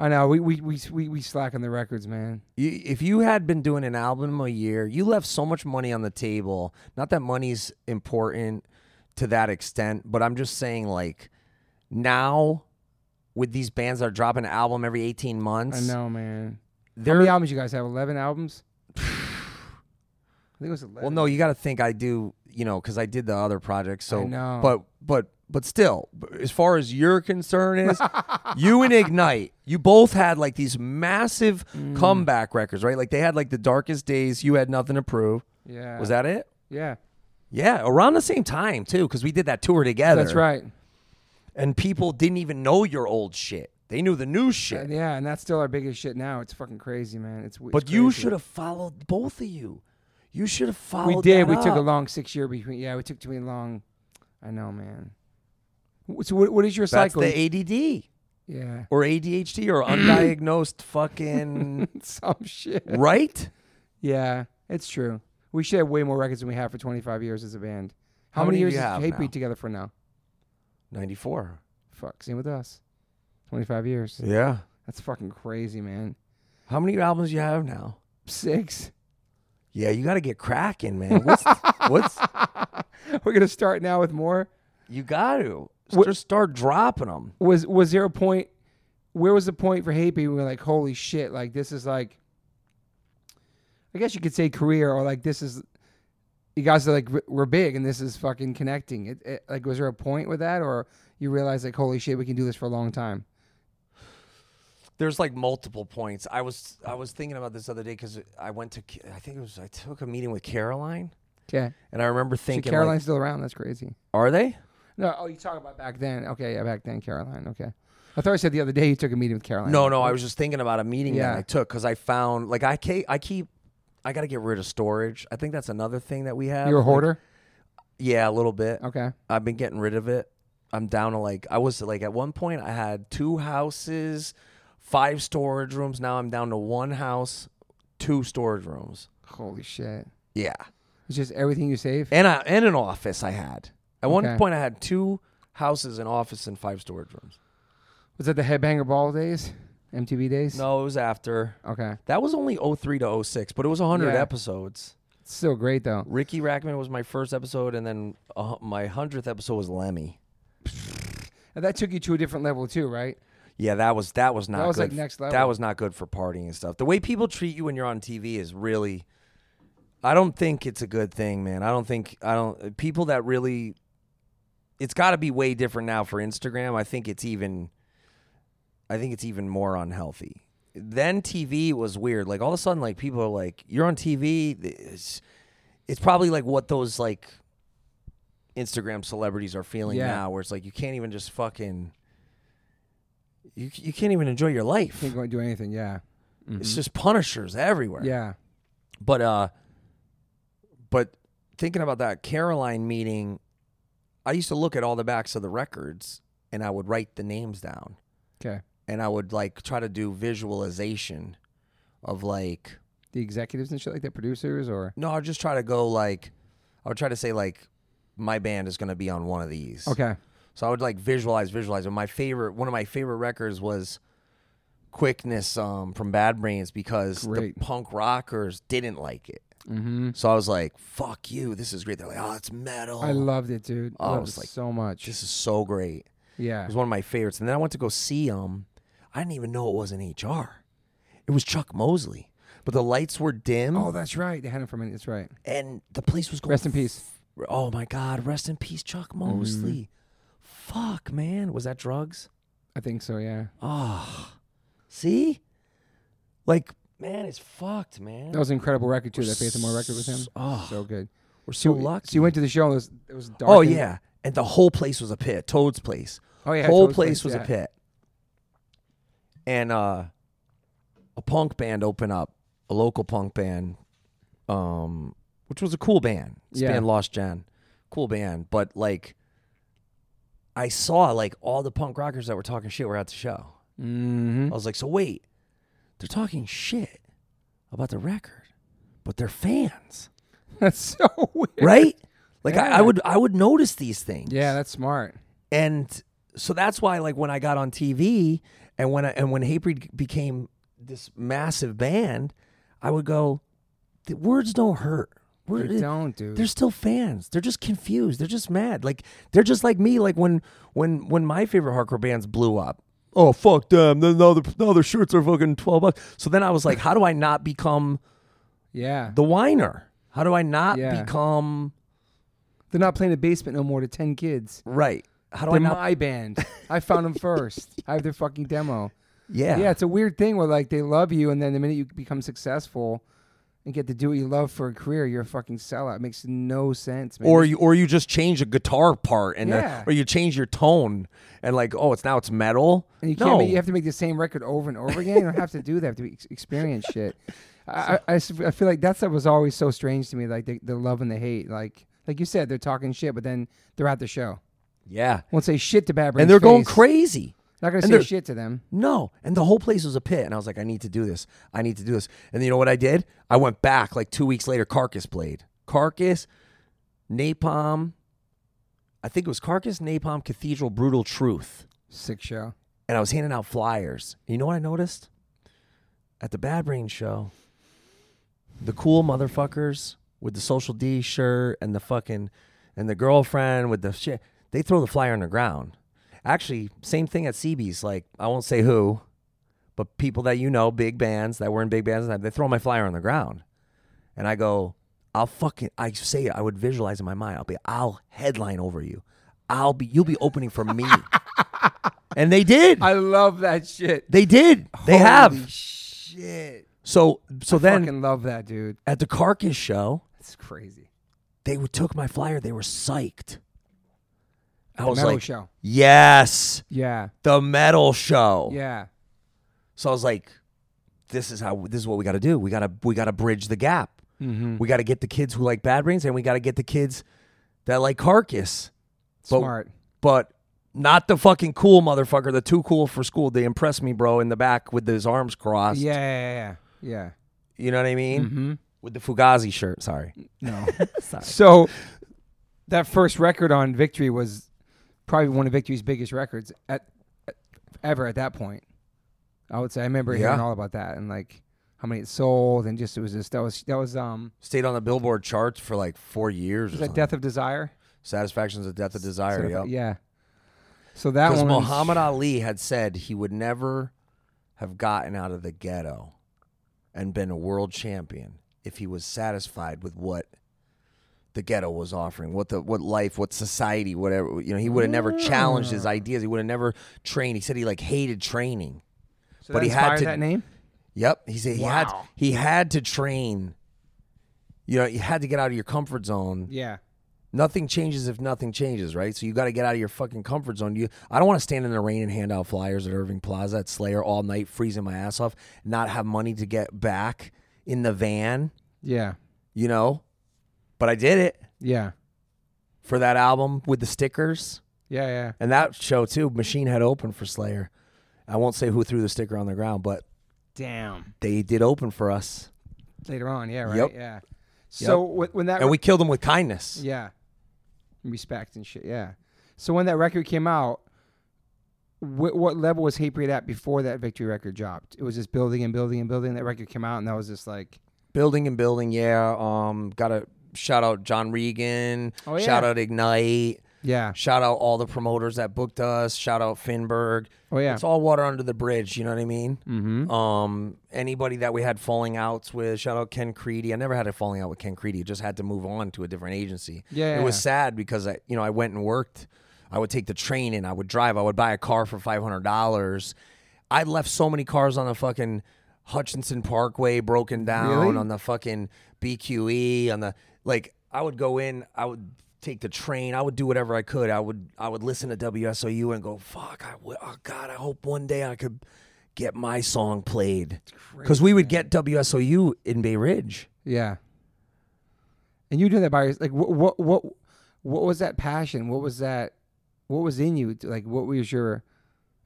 I know we we we we, we slack on the records, man. You, if you had been doing an album a year, you left so much money on the table. Not that money's important to that extent, but I'm just saying, like, now with these bands that are dropping an album every 18 I months, know, man. How they're. many albums you guys have? Eleven albums. I think it was eleven. well, no, you got to think I do, you know, because I did the other project. So, know. but, but, but still, b- as far as your concern is, you and Ignite, you both had like these massive Mm. comeback records, right? Like they had like the darkest days. You had nothing to prove. Yeah. Was that it? Yeah. Yeah, around the same time too, because we did that tour together. That's right. And people didn't even know your old shit; they knew the new And shit. Uh, yeah, and that's still our biggest shit now. It's fucking crazy, man. It's w- But it's you crazy. should have followed both of you. You should have followed. We did. that We took a up. long six year between. Yeah, we took between long. I know, man. W- So what, what is your That's cycle? the ADD yeah, or ADHD or undiagnosed fucking some shit. right. Yeah, it's true. We should have way more records than we have for 25 years as a band. How, How many, many do years you is have Hate now? Breed together for now? Ninety four. Fuck, same with us. 25 years. Yeah. That's fucking crazy, man. How many albums you have now? Six. Yeah, you got to get cracking, man. What's what's We're gonna start now with more. you got to What- just start dropping them. Was was there a point? Where was the point for Hate Breed? when We were like, holy shit! Like this is like, I guess you could say career, or like this is. You guys are like we're- we're big, and this is fucking connecting. It, it like was there a point with that, or you realize like holy shit, we can do this for a long time? there's like multiple points. I was I was thinking about this the other day because I went to Ca- I think it was I took a meeting with Caroline Yeah. and I remember So thinking like, Caroline's still around. That's crazy. are they? No, oh, you talk about back then. Okay, yeah, back then, Caroline. Okay, I thought I said the other day you took a meeting with Caroline. No, no. I was just thinking about a meeting Yeah. that I took because I found like I ca- I keep I got to get rid of storage. I think that's another thing that we have. you're a Like, hoarder. Oh. yeah, a little bit. Okay. I've been getting rid of it. I'm down to like I was like at one point I had two houses, five storage rooms. Now I'm down to one house, two storage rooms. Holy shit! Yeah. It's just everything you save. And I, and an office I had. At one Okay. point I had two houses, an office, and five storage rooms. Was that the headbanger ball days, MTV days? No, it was after. Okay. That was only 03 to 06, but it was 100 Yeah. episodes. It's still great though. Ricky Rackman was my first episode, and then uh, my 100th episode was Lemmy. And that took you to a different level too, right? Yeah, that was that was not was, good. like, next level. That was not good for partying and stuff. The way people treat you when you're on TV is really I don't think it's a good thing, man. I don't think I don't uh, people that really it's got to be way different now for Instagram. I think it's even I think it's even more unhealthy. Then TV was weird. Like all of a sudden like people are like you're on TV it's, it's probably like what those like Instagram celebrities are feeling Yeah. now where it's like you can't even just fucking you you can't even enjoy your life. Can't go and do anything. Yeah. Mm-hmm. It's just punishers everywhere. Yeah. But uh but thinking about that Caroline meeting, I used to look at all the backs of the records and I would write the names down Okay. and I would like try to do visualization of like The executives and shit like that, producers or no, I'd just try to go like I would try to say like my band is going to be on one of these. okay. So I would like visualize, visualize. And my favorite, one of my favorite records was Quickness um, from Bad Brains because Great. the punk rockers didn't like it. Mm-hmm. So I was like, "Fuck you! This is great." They're like, "Oh, it's metal. I loved it, dude. Oh, loved it's it like- so much. this is so great." It yeah. was one of my favorites. And then I went to go see um, I didn't even know it was an HR. It was Chuck Mosley, but the lights were dim, Oh, that's right. They had him for a minute. That's right. and the place was going. Rest in peace. Mm-hmm. Oh my God! Rest in peace, Chuck Mosley. Fuck, man. Was that drugs? I think so. Yeah. Ah, see, like man, it's fucked, man. That was an incredible record too. That Faith No More record with him. Oh, So good. we're so you- lucky. So you went to the show. And it was it was dark. oh and- yeah, and the whole place was a pit. Toad's place. Oh yeah. whole Toad's place was yeah. a pit. And uh, a punk band opened up, a local punk band, um, which was a cool band. This Yeah. band Lost Gen, cool band. But like, I saw like all the punk rockers that were talking shit were at the show. Mm-hmm. I was like, so wait, they're talking shit about the record, but they're fans, That's so weird. right? Like I, Yeah. I would I would notice these things. Yeah, that's smart. And so that's why like when I got on TV and when I, and when Hatebreed became this massive band, I would go, the words don't hurt. Word, You don't, dude. they're still fans. They're just confused. They're just mad. Like they're just like me. Like when when when my favorite hardcore bands blew up. Oh fuck them! Then now their now their shirts are fucking twelve bucks. So then I was like, how do I not become yeah. the whiner? How do I not Yeah. become They're not playing the basement no more to 10 kids. right? How do They're I not? my band. I found them first. I have their fucking demo. yeah, Yeah, it's a weird thing where like they love you, and then the minute you become successful and get to do what you love for a career, you're a fucking sellout. It makes no sense, man. Or you or you just change a guitar part and the- Yeah. or you change your tone and like oh it's now it's metal. and you no, can't. Make, you have to make the same record over and over again. you don't have to do that. You have to ex- experience shit. I, I, I s- I feel like that's what was always so strange to me. Like the, the love and the hate. Like like you said, they're talking shit, but then they're at the show. yeah, Won't say shit to Bad Brains and they're going face. crazy. Not gonna and say they're- shit to them. No. And the whole place was a pit. And I was like, I need to do this. I need to do this. And you know what I did? I went back like two weeks later, Carcass played. Carcass, Napalm, I think it was Carcass, Napalm, Cathedral, Brutal Truth. Sick show. And I was handing out flyers. And you know what I noticed? At the Bad Brain show, the cool motherfuckers with the social D shirt and the fucking and the girlfriend with the shit, they throw the flyer on the ground. Actually, same thing at CB's. Like I won't say who, but people that you know, big bands that were in big bands, they throw my flyer on the ground, and I go, I'll fucking, I say it, I would visualize in my mind. I'll be, I'll headline over you. I'll be, you'll be opening for me. and they did. I love that shit. they did. They Holy have. shit. So so then fucking love that dude. at the Carcass show, That's crazy. they were- took my flyer. They were psyched. I was metal like, show. yes, Yeah. the metal show. Yeah. So I was like, this is how this is what we got to do. We got to we got to bridge the gap. Mm-hmm. We got to get the kids who like Bad Brains, and we got to get the kids that like Carcass. But- Smart. But Not the fucking cool motherfucker, the too cool for school. They impressed me, bro, in the back with his arms crossed. Yeah, yeah, yeah, yeah. You know what I mean? Mm-hmm. With the Fugazi shirt. Sorry. No. So that first record on Victory was probably one of Victory's biggest records at, at ever at that point. I would say I remember hearing Yeah. all about that and like how many it sold and just it was just that was that was um Stayed on the Billboard charts for like four was years or that something. Death of Desire. Satisfaction's a death of desire. Sort yeah. of- Yeah. So that Because one Muhammad Ali had said he would never have gotten out of the ghetto and been a world champion if he was satisfied with what the ghetto was offering, what the what life, what society, whatever. You know, he would have never challenged his ideas. He would have never trained. He said he like hated training. so but that he had inspired to- that name. Yep. He said he had Wow. he had to train. You know, you had to get out of your comfort zone Yeah. nothing changes if nothing changes, right? So you got to get out of your fucking comfort zone. You, I don't want to stand in the rain and hand out flyers at Irving Plaza at Slayer all night, freezing my ass off, not have money to get back in the van, Yeah. you know. But I did it Yeah. for that album with the stickers Yeah. Yeah. and that show too. Machine had opened for Slayer. I won't say who threw the sticker on the ground, but Damn. they did open for us, Later on. Yeah. Right. Yep. Yeah. So wh- when that and we killed them with kindness. Yeah. Respect and shit. Yeah. So when that record came out, wh- what level was Hatebreed at before that Victory record dropped? It was just building and building and building. That record came out, and that was just like, building and building yeah um got to shout out john regan Oh, yeah. shout out ignite yeah, shout out all the promoters that booked us shout out finberg oh yeah, it's all water under the bridge you know what i mean mm-hmm. um anybody that we had falling outs with shout out ken creedy i never had a falling out with ken creedy I just had to move on to a different agency Yeah. it was sad because i you know i went and worked i would take the train and i would drive i would buy a car for $500 i left so many cars on the fucking hutchinson parkway broken down Really? on the fucking bqe on the like i would go in i would take the train i would do whatever i could i would i would listen to wsou and go fuck i will oh god i hope one day i could get my song played because we would get wsou in bay ridge yeah. And you did that by yours- like what what what what was that passion? What was that? What was in you? Like what was your?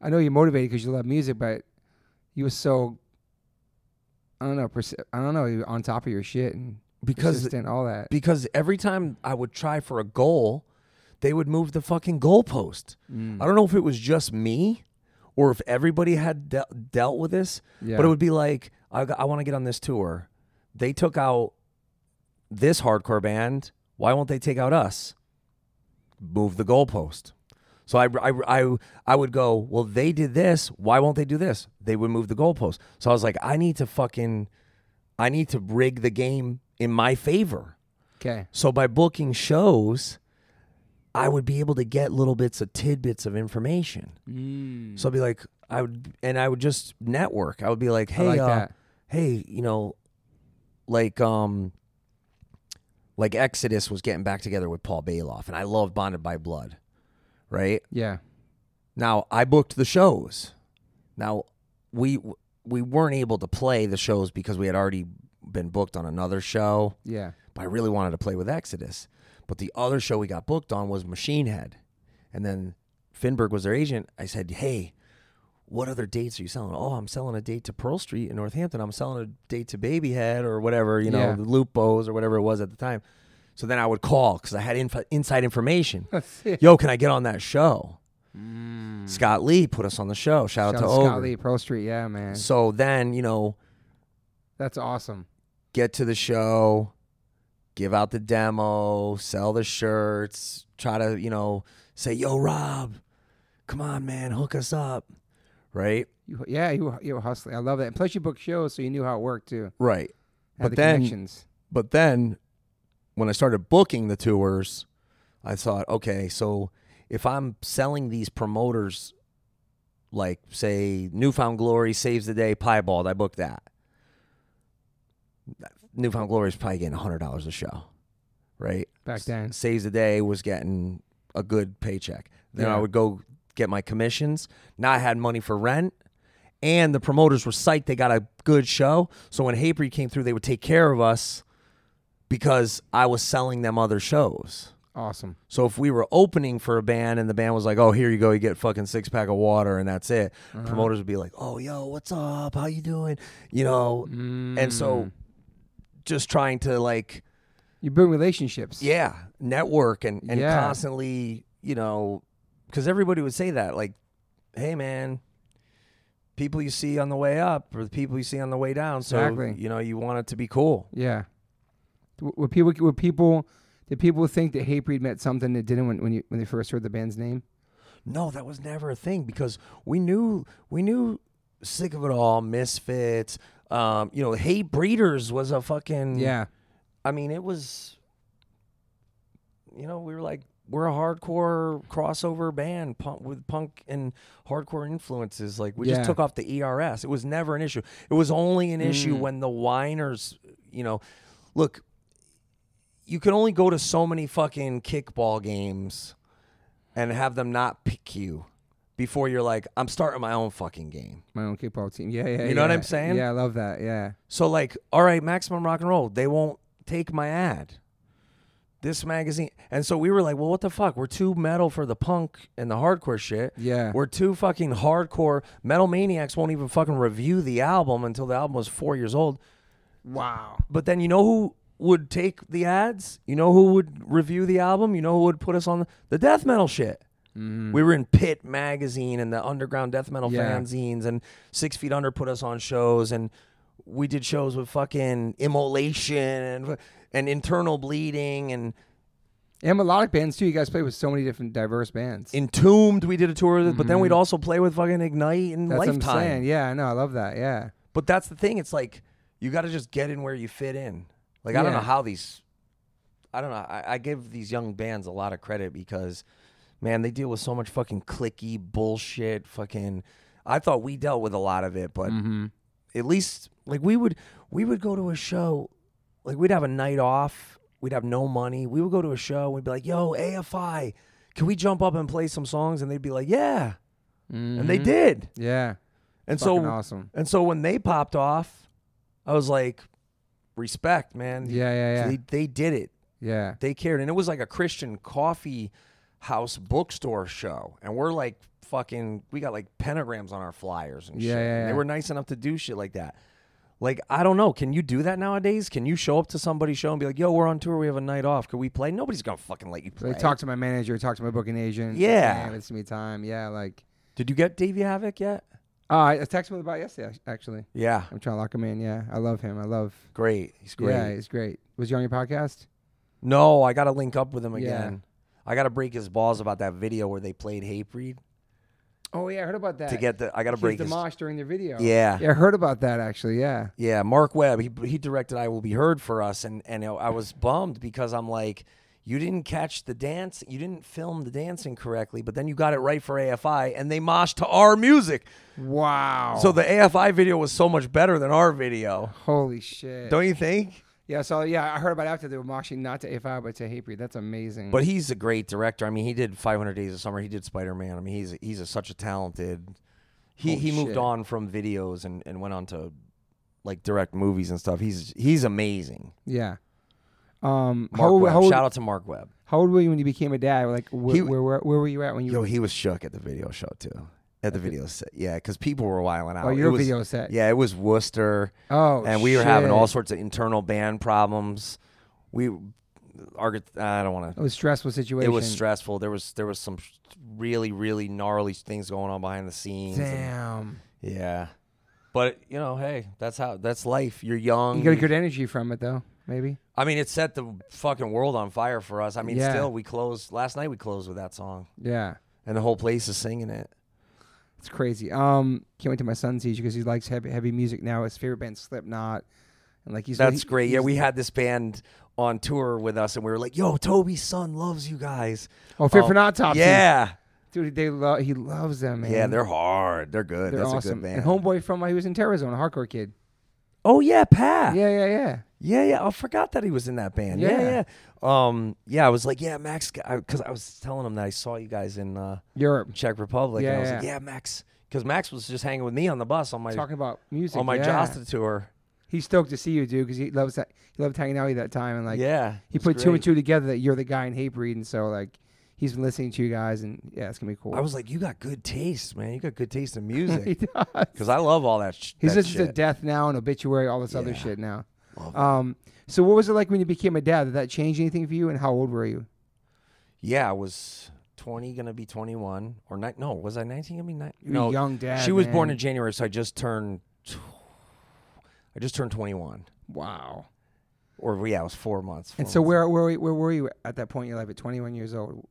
I know you're motivated because you love music, but you were so. I don't know. Persi- I don't know. You were on top of your shit and because persistent, all that. because every time I would try for a goal, they would move the fucking goalpost. Mm. I don't know if it was just me or if everybody had de- dealt with this, Yeah. but it would be like, I, want to get on this tour. They took out this hardcore band. Why won't they take out us? Move the goalpost. So I, I, I, I would go, well, they did this. Why won't they do this? They would move the goalpost. So I was like, I need to fucking, I need to rig the game in my favor. Okay. So by booking shows, I would be able to get little bits of tidbits of information. Hmm. So I'd be like, I would, and I would just network. I would be like, hey, like uh, that. hey, you know, like, um, like Exodus was getting back together with Paul Bailoff, and I love Bonded by Blood, right? Yeah. Now I booked the shows. Now we we weren't able to play the shows because we had already been booked on another show Yeah. but I really wanted to play with Exodus. But the other show we got booked on was Machine Head. And then Finberg was their agent. I said, Hey, what other dates are you selling? Oh, I'm selling a date to Pearl Street in Northampton. I'm selling a date to Babyhead or whatever, you know, Yeah. the Lupos or whatever it was at the time. So then I would call because I had inf- inside information. Yo, can I get on that show? Scott Lee put us on the show. Shout, Mm. Shout out to Scott Ogre. Lee, Pearl Street. Yeah, man. So then, you know, That's awesome. get to the show, give out the demo, sell the shirts, try to, you know, say, yo, Rob, come on, man, hook us up. Right? You, yeah, you, were- you were hustling. I love that. And plus, you booked shows, so you knew how it worked too. Right. Had But the then- connections. But then when I started booking the tours, I thought, okay, so if I'm selling these promoters, like say Newfound Glory saves the day, Piebald, I booked that. Newfound Glory is probably getting hundred dollars a show, right? Back then. saves the day was getting a good paycheck. Then Yeah. I would go get my commissions. Now I had money for rent, and the promoters were psyched they got a good show. So when Hatebreed came through, they would take care of us because I was selling them other shows. Awesome. So if we were opening for a band and the band was like, "Oh, here you go, you get fucking six pack of water and that's it," promoters would be like, "Oh, yo, what's up? How you doing?" You know, Mm. and so just trying to like, Mm. You build relationships. yeah, network and and Yeah. constantly, you know, because everybody would say that, like, "Hey, man." People you see on the way up, or the people you see on the way down. So Exactly. you know you want it to be cool. Yeah. W- Were people were people did people think that Hatebreed meant something that didn't when when, you, when they first heard the band's name? No, that was never a thing because we knew we knew sick of it all, misfits. Um, you know, hate breeders was a fucking Yeah. I mean, it was. You know, we were like we're a hardcore crossover band punk, with punk and hardcore influences. Like we Yeah. just took off the ERS. It was never an issue. It was only an issue when the whiners. You know, look. You can only go to so many fucking kickball games, and have them not pick you, before you're like, I'm starting my own fucking game. My own kickball team. Yeah, yeah. You know what yeah. I'm saying? Yeah, I love that. Yeah. So like, all right, maximum rock and roll, they won't take my ad. This magazine. And so we were like, well, what the fuck? We're too metal for the punk and the hardcore shit. Yeah. We're too fucking hardcore. Metal Maniacs won't even fucking review the album until the album was four years old. Wow. But then you know who would take the ads? You know who would review the album? You know who would put us on the, the death metal shit? We were in Pit magazine and the underground death metal Mm-hmm. Yeah. fanzines, and Six Feet Under put us on shows, and we did shows with fucking Immolation and and Internal Bleeding and And melodic bands too. You guys play with so many different diverse bands. Entombed. We did a tour with it, but then we'd also play with fucking Ignite Mm-hmm. and That's Lifetime. what I'm saying. Yeah, I know. I love that. Yeah. But that's the thing. It's like you got to just get in where you fit in. Like I don't know Yeah. how these. I don't know. I, I give these young bands a lot of credit because, man, they deal with so much fucking clicky bullshit. Fucking, I thought we dealt with a lot of it, but Mm-hmm. at least like we would we would go to a show, like we'd have a night off, we'd have no money, we would go to a show, we'd be like, "Yo, AFI, can we jump up and play some songs?" And they'd be like, "Yeah," and Mm-hmm. they did. Yeah. And Fucking so awesome. and so when they popped off, I was like, respect, man. Yeah, yeah, yeah. They, they did it. Yeah. They cared. And it was like a Christian coffee house bookstore show. And we're like fucking, we got like pentagrams on our flyers and Yeah, shit. yeah, And they yeah. were nice enough to do shit like that. Like, I don't know. Can you do that nowadays? Can you show up to somebody's show and be like, yo, we're on tour. We have a night off. Could we play? Nobody's going to fucking let you So play. I talk to my manager, talk to my booking agent. Yeah. Damn, it's me time. Yeah, like Did you get Davey Havoc yet? Oh, I I texted him about it yesterday act- actually. Yeah. I'm trying to lock him in, yeah. I love him. I love Great. He's great. Yeah, he's great. Was he on your podcast? No, I got to link up with him Yeah. again. I got to break his balls about that video where they played Hatebreed Oh yeah, I heard about that. to get the. I got to Kids break his. Dimash during their video. Yeah. yeah, Yeah, I heard about that actually. Yeah. Mark Webb. He he directed "I Will Be Heard" for us, and and I was bummed because I'm like, you didn't catch the dance, you didn't film the dancing correctly, but then you got it right for AFI, and they moshed to our music. Wow. So the AFI video was so much better than our video, holy shit. don't you think? yeah. So yeah, I heard about after they were moshing not to A5 but to Hatebreed. That's amazing. But he's a great director. I mean, he did 500 Days of Summer. He did Spider Man. I mean, he's he's a, such a talented. He Holy he moved shit. on from videos and, and went on to like direct movies and stuff. He's he's amazing. yeah. Um. Mark How, old- Webb. how, old, Shout out to Mark Webb. how old were you when you became a dad? Like wh- He- where, where where were you at when you? Yo, were, he was shook at the video show too. At the video set, yeah, because people were wiling out. oh, It your was- video set. Yeah, it was Worcester. Oh. and we were having shit. all sorts of internal band problems. We, our, I don't want to It was a stressful it situation. was stressful. There was there was some really really gnarly things going on behind the scenes. and- Damn. yeah, but you know, hey, that's how that's life. You're young. You got a good energy from it though. Maybe. I mean, it set the fucking world on fire for us. I mean, Yeah. still we closed last night. We closed with that song, Yeah. and the whole place is singing it. It's crazy. Um, can't wait till my son sees you because he likes heavy, heavy music now. His favorite band, Slipknot, and like he's That's he- great. Yeah, he's- we had this band on tour with us, and we were like, "Yo, Toby's son loves you guys." Oh, Fear for an Autopsy. Yeah, dude, they lo- he loves them, man. yeah, they're hard. They're good. They're that's awesome. a good band. And homeboy from uh, he was in Terror Zone, a hardcore kid. oh yeah, Pat. Yeah, yeah, yeah. Yeah, yeah. I forgot that he was in that band. Yeah, Yeah. yeah. Um, yeah, I was like, yeah, Max, because I, was telling him that I saw you guys in uh, Europe. Czech Republic, and I was Yeah, like, yeah. yeah, Max, because Max was just hanging with me on the bus on Oh, my Talking about music on my yeah. Josta tour. he's stoked to see you, dude, because he loves that. He loved hanging out with you that time, and like yeah, he it's put two and great. two together that you're the guy in hate breed, and so like he's been listening to you guys, and yeah, it's gonna be cool. I was like, you got good taste, man. You got good taste in music he does. because I love all that. Sh- He that listens to shit. Death now and Obituary, all this other Yeah. shit now. Love Um, so what was it like when you became a dad? Did that change anything for you? And how old were you? yeah, I was twenty, gonna be twenty-one or ni- no? Was I nineteen? Gonna be nine? You were a No, young dad. she was born man. in January, so I just turned. tw- I just turned twenty-one, wow. or yeah, it was four months. And four so months. where where where were you at that point in your life at 21 years old?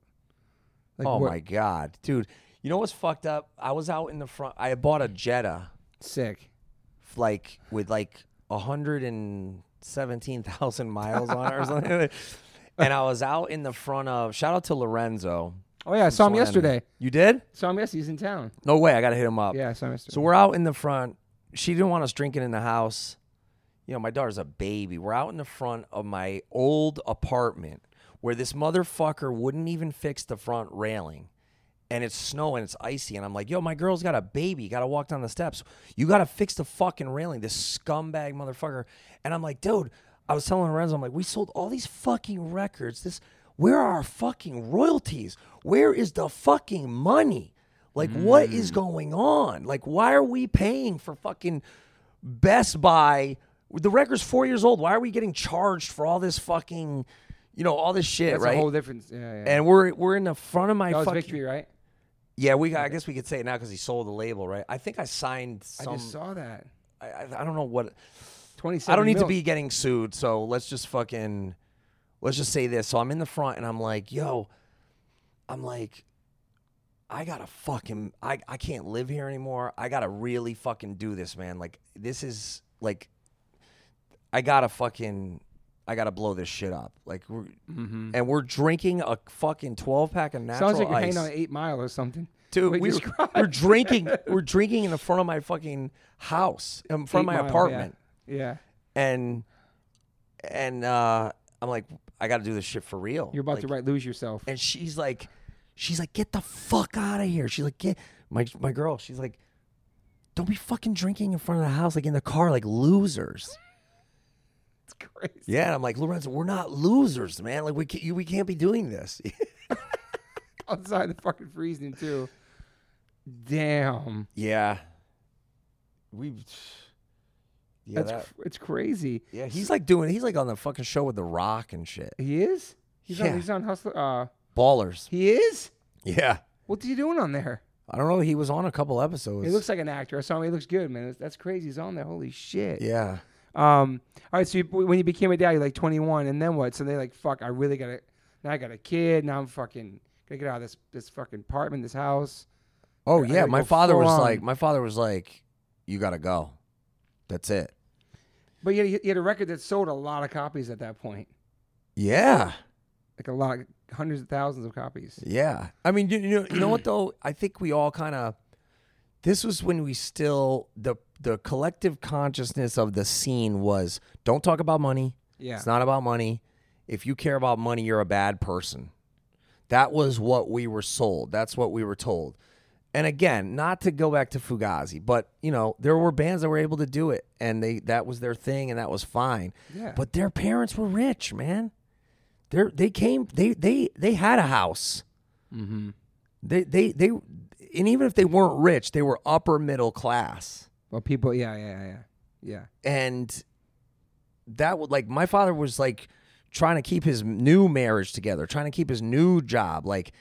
Like oh what- my god, dude! You know what's fucked up? I was out in the front. I had bought a Jetta, sick. f- like with like hundred and seventeen thousand miles on it or something. and I was out in the front of. Shout out to Lorenzo. Oh yeah, I saw him Someone had me. yesterday. You did? Saw him yesterday. He's in town. No way. I gotta hit him up. Yeah, I saw him yesterday. So we're out in the front. She didn't want us drinking in the house. You know, my daughter's a baby. We're out in the front of my old apartment where this motherfucker wouldn't even fix the front railing. And it's snowing, it's icy. And I'm like, yo, my girl's got a baby, gotta walk down the steps. You gotta fix the fucking railing, this scumbag motherfucker. And I'm like, dude, I was telling Lorenzo, I'm like, we sold all these fucking records. This where are our fucking royalties? Where is the fucking money? Like, what Mm. is going on? Like, why are we paying for fucking Best Buy? The record's four years old. Why are we getting charged for all this fucking, you know, all this shit, That's right? a whole difference. Yeah, yeah. and we're we're in the front of my that was fucking victory, right? yeah. We got, I guess we could say it now because he sold the label, right? I think I signed I some. just saw that. I, I, I don't know what. 27. I don't need mil. to be getting sued, so let's just fucking let's just say this. So I'm in the front and I'm like, yo, I'm like, I gotta fucking I, I can't live here anymore. I gotta really fucking do this, man. Like this is like I gotta fucking I gotta blow this shit up. Like we're and we're drinking a fucking twelve pack of natural Mm. Sounds like you're ice. hanging on eight mile or something. Dude, Wait, we just were, we're drinking we're drinking in the front of my fucking house. In front of my Eight Mile, yeah. apartment Yeah. and and uh I'm like, I got to do this shit for real. You're about Like, to right lose yourself. And she's like, she's like, get the fuck out of here. She's like, get my my girl. She's like, don't be fucking drinking in front of the house, like in the car, like losers. It's crazy. Yeah, and I'm like Lorenzo, we're not losers, man. Like we can't, you- we can't be doing this. Outside the fucking freezing too. Damn. yeah, we. Yeah, That's cr- it's crazy. yeah. He's like doing. He's like on the fucking show with The Rock and shit. He is. He's on. Yeah. He's on Hustler. Uh, Ballers. he is. Yeah. What's he doing on there? I don't know. He was on a couple episodes. He looks like an actor. I saw him. He looks good, man. That's- That's crazy. He's on there. Holy shit. Yeah. Um. All right. So you, when you became a dad, you're like 21, and then what? So they like, fuck. I really gotta. Now I got a kid. Now I'm fucking gotta get out of this this fucking apartment, this house. Oh I yeah, gotta my go father full was on. like, my father was like, you gotta go. That's it. But you had, you had a record that sold a lot of copies at that point, Yeah, like a lot, hundreds of thousands of copies. yeah. I mean, you, you know, you know what though? I think we all kind of. This was when we still the the collective consciousness of the scene was don't talk about money. Yeah. It's not about money. If you care about money, you're a bad person. That was what we were sold. That's what we were told. And again, not to go back to Fugazi, but you know, there were bands that were able to do it and they that was their thing and that was fine. Yeah. But their parents were rich, man. They they came they they they had a house. Mm-hmm. They they they and even if they weren't rich, they were upper middle class Well, people. Yeah. Yeah. Yeah. Yeah. and that would like my father was like trying to keep his new marriage together, trying to keep his new job, like,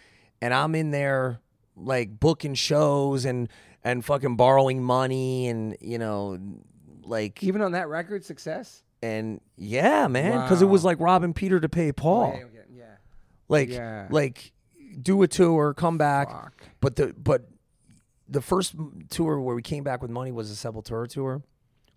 and I'm in there like booking shows and and fucking borrowing money and you know like Even on that record, success. and yeah man because it Wow. was like robbing peter to pay paul Yeah, okay, Yeah. like Yeah. like do a tour come back Fuck. but the but the first m- tour where we came back with money was the sepultura tour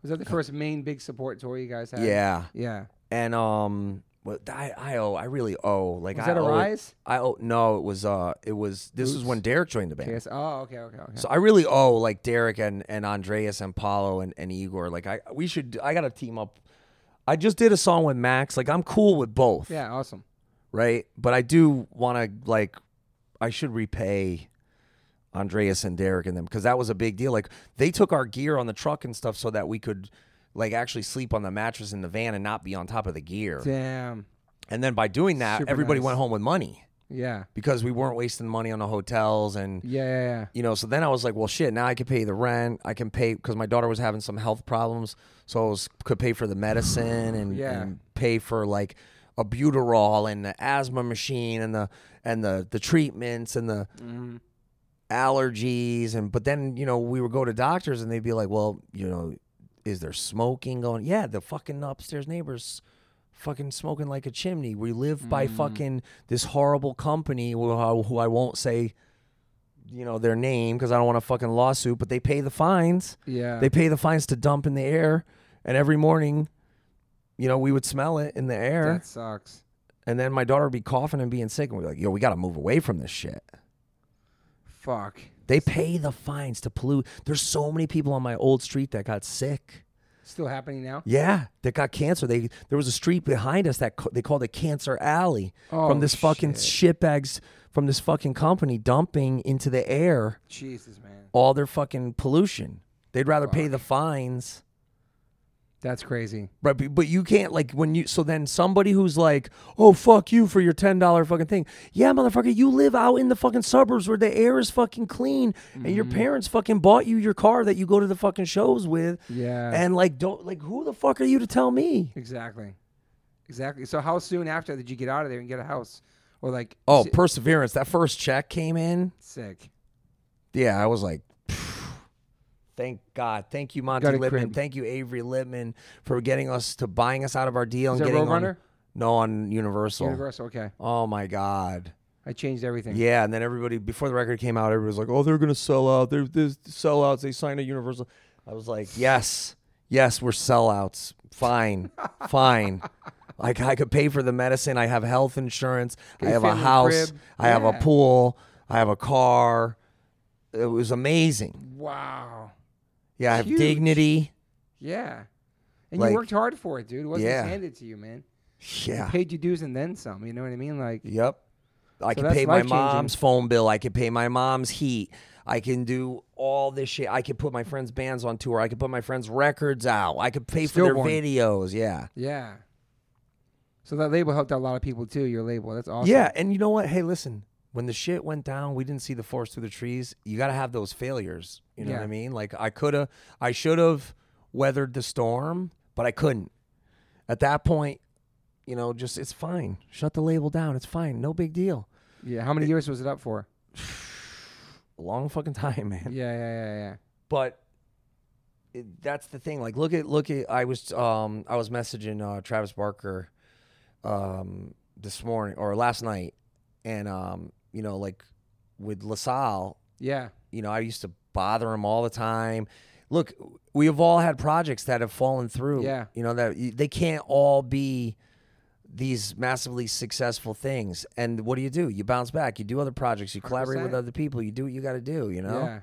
Was that the first main big support tour you guys had? yeah Yeah. and um what I, I owe I really owe like Was I that a owe, rise? I owe no it was uh it was this was when Derek joined the band Yes. Oh, okay, okay, okay. so I really owe like Derek and and Andreas and Paulo and, and Igor like I we should I gotta team up I just did a song with Max like I'm cool with both yeah, awesome. right but I do want to like I should repay Andreas and Derek and them because that was a big deal like they took our gear on the truck and stuff so that we could like actually sleep on the mattress in the van and not be on top of the gear. Damn. And then by doing that, Super everybody nice. went home with money Yeah. because we weren't wasting money on the hotels and Yeah. Yeah. yeah. you know, so then I was like, well, shit, now I can pay the rent. I can pay because my daughter was having some health problems. So I was, could pay for the medicine and, Yeah. and pay for like a buterol and the asthma machine and the, and the, the treatments and the allergies. And, but then, you know, we would go to doctors and they'd be like, well, you know, is there smoking going? Yeah. The fucking upstairs neighbors fucking smoking like a chimney. We live by fucking this horrible company who I- who I won't say you know their name because I don't want a fucking lawsuit, but they pay the fines. Yeah. They pay the fines to dump in the air, and every morning, you know, we would smell it in the air, that sucks. and then my daughter would be coughing and being sick, and we're like, "Yo, we got to move away from this shit." Fuck. They pay the fines to pollute. There's so many people on my old street that got sick. Still happening now? Yeah, that got cancer. They there was a street behind us that ca- they called it Cancer Alley Oh, from this fucking shitbags from this fucking company dumping into the air. Jesus, man. all their fucking pollution. They'd rather pay the fines. That's crazy. Right, but- but you can't like when you so then somebody who's like, "Oh fuck you for your ten dollar fucking thing." Yeah, motherfucker, you live out in the fucking suburbs where the air is fucking clean, and your parents fucking bought you your car that you go to the fucking shows with, Yeah. and like don't like who the fuck are you to tell me? exactly. Exactly. So how soon after did you get out of there and get a house? Or like Oh, si- perseverance. That first check came in. sick. Yeah, I was like, thank God, thank you, Monty Got a Littman, crib. thank you, Avery Littman, for getting us to buying us out of our deal Is and that getting on. Roadrunner? No, on Universal. Universal, okay. Oh my God. I changed everything. Yeah, and then everybody before the record came out, everybody was like, "Oh, they're gonna sell out. They're this sellouts. They signed a Universal." I was like, "Yes, yes, we're sellouts. Fine, fine. Like I could pay for the medicine. I have health insurance. I have a family house. crib. I have a Yeah. pool. I have a car. It was amazing. Wow. Yeah, I have Huge. dignity. Yeah. And Like- you worked hard for it, dude. It wasn't Yeah. just handed to you, man. Yeah. Paid your dues and then some. You know what I mean? Like Yep. I can that's pay my life-changing. mom's phone bill. I can pay my mom's heat. I can do all this shit. I can put my friends' bands on tour. I can put my friends' records out. I could pay for Stillborn. their videos. Yeah. Yeah. So that label helped out a lot of people too. Your label, that's awesome. Yeah. And you know what? Hey, listen, when the shit went down, we didn't see the forest through the trees. You got to have those failures. You know what Yeah. I mean? Like, I could have, I should have weathered the storm, but I couldn't. At that point, you know, just it's fine. Shut the label down. It's fine. No big deal. Yeah. How many years was it up for? A long fucking time, man. Yeah, yeah, yeah, yeah. but it, that's the thing. Like, look at look at. I was um I was messaging uh, Travis Barker, um this morning or last night, and um you know like with LaSalle, Yeah. you know I used to bother him all the time. Look, we have all had projects that have fallen through. Yeah. you know that you- they can't all be these massively successful things. And what do you do? You bounce back. You do other projects. You collaborate with 100%. other people. You do what you got to do. You know. Yeah.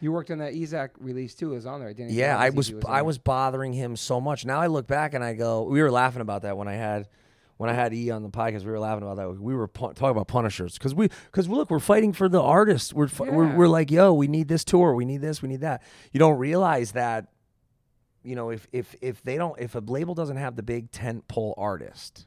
You worked on that Ezak release too. It was on there, didn't it? Yeah, I was Easy on I there. was bothering him so much. Now I look back and I go, we were laughing about that when I had when I had E on the podcast. We were laughing about that. We were pu- talking about Punishers because we because look, we're fighting for the artists. We're, fi- we're Yeah. we're like, yo, we need this tour. We need this. We need that. You don't realize that. You know, if if if they don't, if a label doesn't have the big tent pole artist,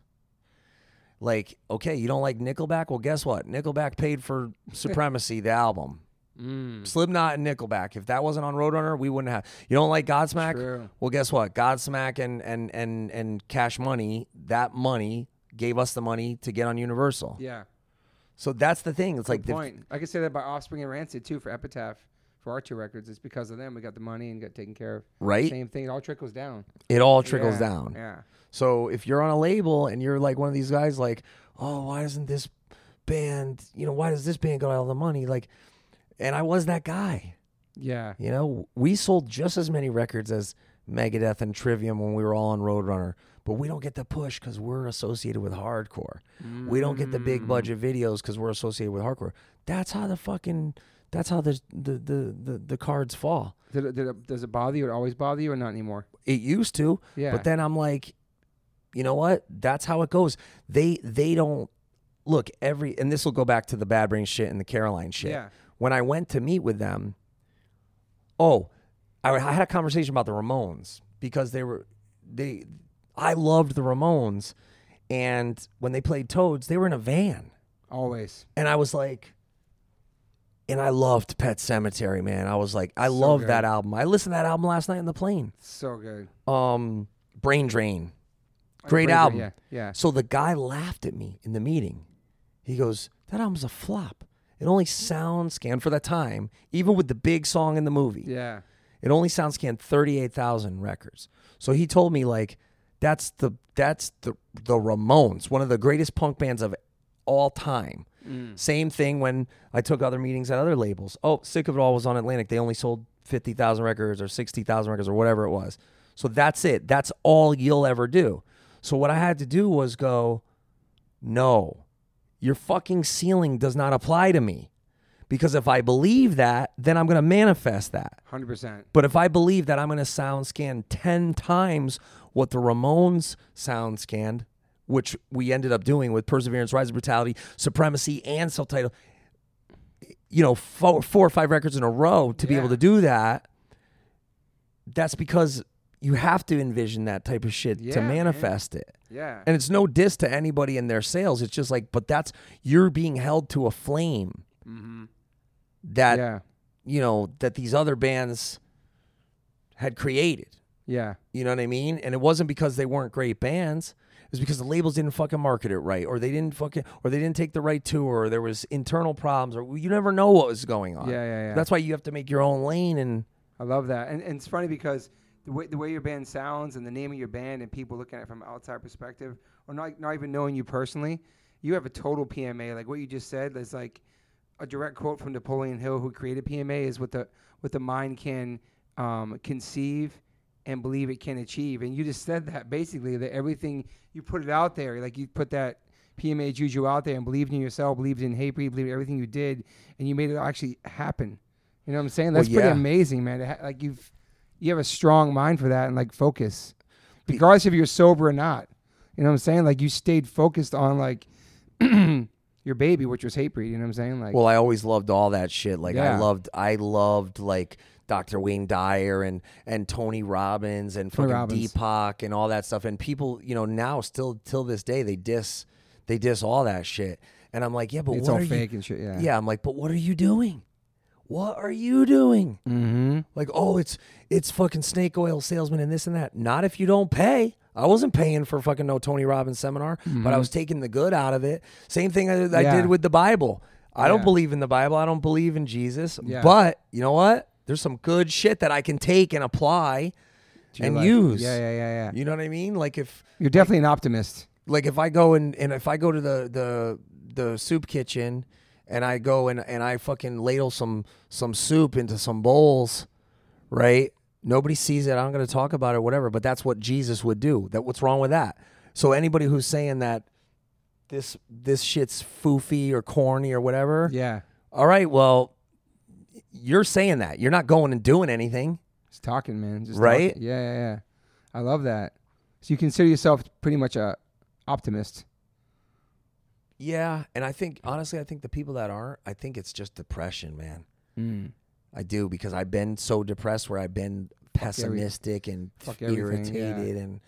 like okay, you don't like Nickelback. Well, guess what? Nickelback paid for Supremacy, the album. Mm, Slipknot and Nickelback. If that wasn't on Roadrunner, we wouldn't have. You don't like Godsmack? True. Well, guess what? Godsmack and and and and Cash Money. That money gave us the money to get on Universal. yeah. So that's the thing. It's like the, Point. I could say that by Offspring and Rancid too for Epitaph for our two records. It's because of them we got the money and got taken care of. right. Same thing. It all trickles down. It all trickles Yeah, down. Yeah. So if you're on a label and you're like one of these guys, like, oh, why doesn't this band? You know, why does this band got all the money? Like, and I was that guy. Yeah. You know, we sold just as many records as Megadeth and Trivium when we were all on Roadrunner, but we don't get the push because we're associated with hardcore. We don't get the Mm. big budget videos because we're associated with hardcore. That's how the fucking that's how the the the the, the cards fall. Did it, did it, does it bother you? It always bother you, or not anymore? It used to, Yeah. but then I'm like, you know what? That's how it goes. They they don't look every and this will go back to the Bad Brain shit and the Caroline shit. Yeah. When I went to meet with them, oh, I, I had a conversation about the Ramones because they were they I loved the Ramones and when they played Toads, they were in a van. Always. And I was like and I loved Pet Cemetery, man. I was like I love good. that album. I listened to that album last night in the plane. So good. Um Brain Drain. Great Bravery, album. Yeah. Yeah. So the guy laughed at me in the meeting. He goes, That album's a flop. It only sound scanned for that time, even with the big song in the movie. Yeah. It only sound scanned 38,000 records. So he told me like that's the that's the the Ramones, one of the greatest punk bands of all time. Same thing when I took other meetings at other labels. Oh, Sick of It All was on Atlantic. They only sold 50,000 records or 60,000 records or whatever it was. So that's it. That's all you'll ever do. So what I had to do was go, no, your fucking ceiling does not apply to me. Because if I believe that, then I'm going to manifest that. Hundred percent. But if I believe that I'm going to sound scan 10 times what the Ramones sound scanned, which we ended up doing with Perseverance, Rise of Brutality, Supremacy, and self title, you know, four, four or five records in a row to be Yeah. able to do that, that's because you have to envision that type of shit Yeah, to man. manifest it. Yeah. And it's no diss to anybody in their sales. It's just like, but that's, you're being held to a flame that Mm-hmm. yeah. you know that these other bands had created Yeah. you know what i mean and it wasn't because they weren't great bands it was because the labels didn't fucking market it right or they didn't fucking or they didn't take the right tour or there was internal problems or you never know what was going on Yeah. Yeah. Yeah. that's why you have to make your own lane and I love that. And, and it's funny because the way, the way your band sounds and the name of your band and people looking at it from an outside perspective or not, not even knowing you personally, you have a total PMA. Like what you just said is like a direct quote from Napoleon Hill who created PMA is what the, what the mind can um, conceive and believe it can achieve. And you just said that basically that everything you put it out there, like you put that PMA juju out there and believed in yourself, believed in Hey believed in everything you did, and you made it actually happen. You know what I'm saying? Well, That's pretty yeah. amazing, man. To ha- like you've you have a strong mind for that and like focus, regardless if you're sober or not. You know what I'm saying? Like you stayed focused on like your baby, which was hate breed. You know what I'm saying? Like well i always loved all that shit like i Yeah. loved i loved like dr wayne dyer and and tony robbins and fucking Robbins. deepak and all that stuff and people you know now still till this day they diss they diss all that shit and i'm like yeah but it's what all are you- fake and shit. Yeah. yeah i'm like but what are you doing what are you doing Mm-hmm. like oh it's it's fucking snake oil salesman and this and that not if you don't pay i wasn't paying for fucking no tony robbins seminar but i was taking the good out of it same thing i, I Mm-hmm. Yeah. did with the bible i don't Yeah. believe in the bible i don't believe in jesus Yeah. but you know what there's some good shit that i can take and apply and use Yeah, yeah, yeah, yeah. you know what i mean like if You're definitely an optimist. like if I go and and if I go to the the the soup kitchen and I go and and I fucking ladle some some soup into some bowls, right? Nobody sees it. I'm going to talk about it, whatever. But that's what Jesus would do. That what's wrong with that? So anybody who's saying that this this shit's foofy or corny or whatever, Yeah. all right, well, you're saying that. You're not going and doing anything. Just talking, man. Just Right? talking. Yeah, yeah, yeah. I love that. So you consider yourself pretty much a optimist. Yeah, and I think honestly, I think the people that aren't, I think it's just depression, man. Mm. I do because I've been so depressed where I've been every- pessimistic and fuck everything, yeah. irritated and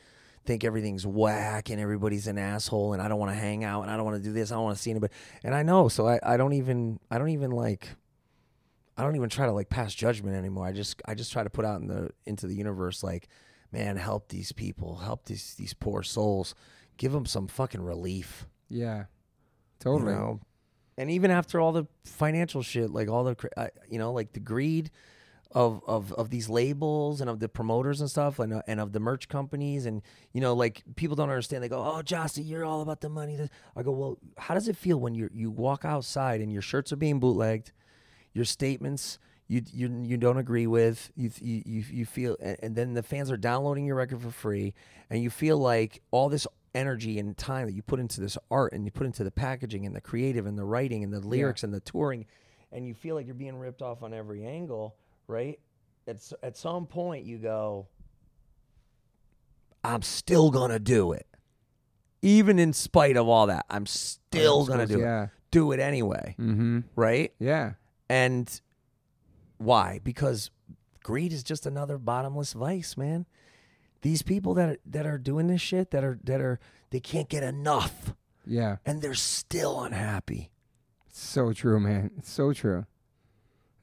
think everything's whack and everybody's an asshole and I don't want to hang out and I don't want to do this. I don't want to see anybody. And I know, so I, I don't even I don't even like I don't even try to like pass judgment anymore. I just I just try to put out in the into the universe like, man, help these people, help these these poor souls, give them some fucking relief. Yeah. You Totally. know? And even after all the financial shit, like all the, cr- I- you know, like the greed of, of, of these labels and of the promoters and stuff and, uh, and of the merch companies. And, you know, like people don't understand. They go, oh, Jossie, you're all about the money. This- I go, well, how does it feel when you you walk outside and your shirts are being bootlegged, your statements you you, you don't agree with, you, you, you, you feel, and, and then the fans are downloading your record for free, and you feel like all this energy and time that you put into this art and you put into the packaging and the creative and the writing and the lyrics and the touring and you feel like you're being ripped off on every angle right at, s- at some point you go i'm still gonna do it even in spite of all that i'm still gonna do it yeah. do it anyway Mm-hmm. right Yeah. and why? Because greed is just another bottomless vice, man. these people that are, that are doing this shit that are that are they can't get enough Yeah. and they're still unhappy, It's so true, man. It's so true.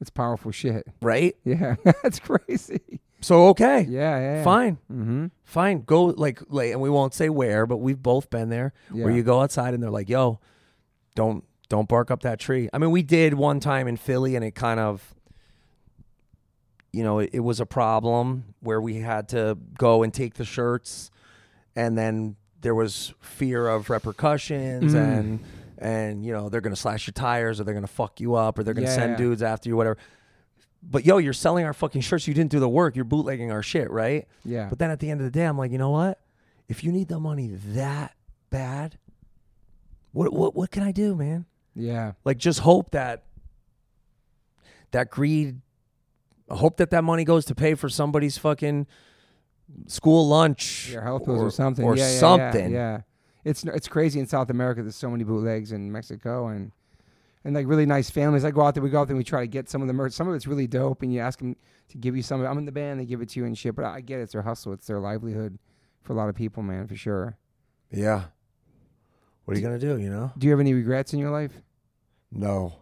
It's powerful shit. right? Yeah. That's crazy. So okay, Yeah. Yeah. yeah. fine, Mm-hmm. fine. Go like like, and we won't say where, but we've both been there where Yeah. you go outside and they're like, "Yo, don't don't bark up that tree." I mean, we did one time in Philly, and it kind of, you know, it, it was a problem where we had to go and take the shirts, and then there was fear of repercussions Mm. and and you know they're gonna slash your tires or they're gonna fuck you up or they're gonna Yeah, send yeah. dudes after you whatever but yo you're selling our fucking shirts you didn't do the work you're bootlegging our shit right Yeah. but then at the end of the day, I'm like, you know what? If you need the money that bad, what what what can I do, man? yeah. Like just hope that that greed hope that that money goes to pay for somebody's fucking school lunch Your health bills or, something. or yeah, yeah, yeah, something. Yeah, It's it's crazy in South America. There's so many bootlegs in Mexico and and like really nice families. I go out there, we go out there, and we try to get some of the merch. Some of it's really dope, and you ask them to give you some of it. I'm in the band, they give it to you and shit. But I get it. It's their hustle. It's their livelihood for a lot of people, man, for sure. Yeah. What are you going to do, you know? Do you have any regrets in your life? No.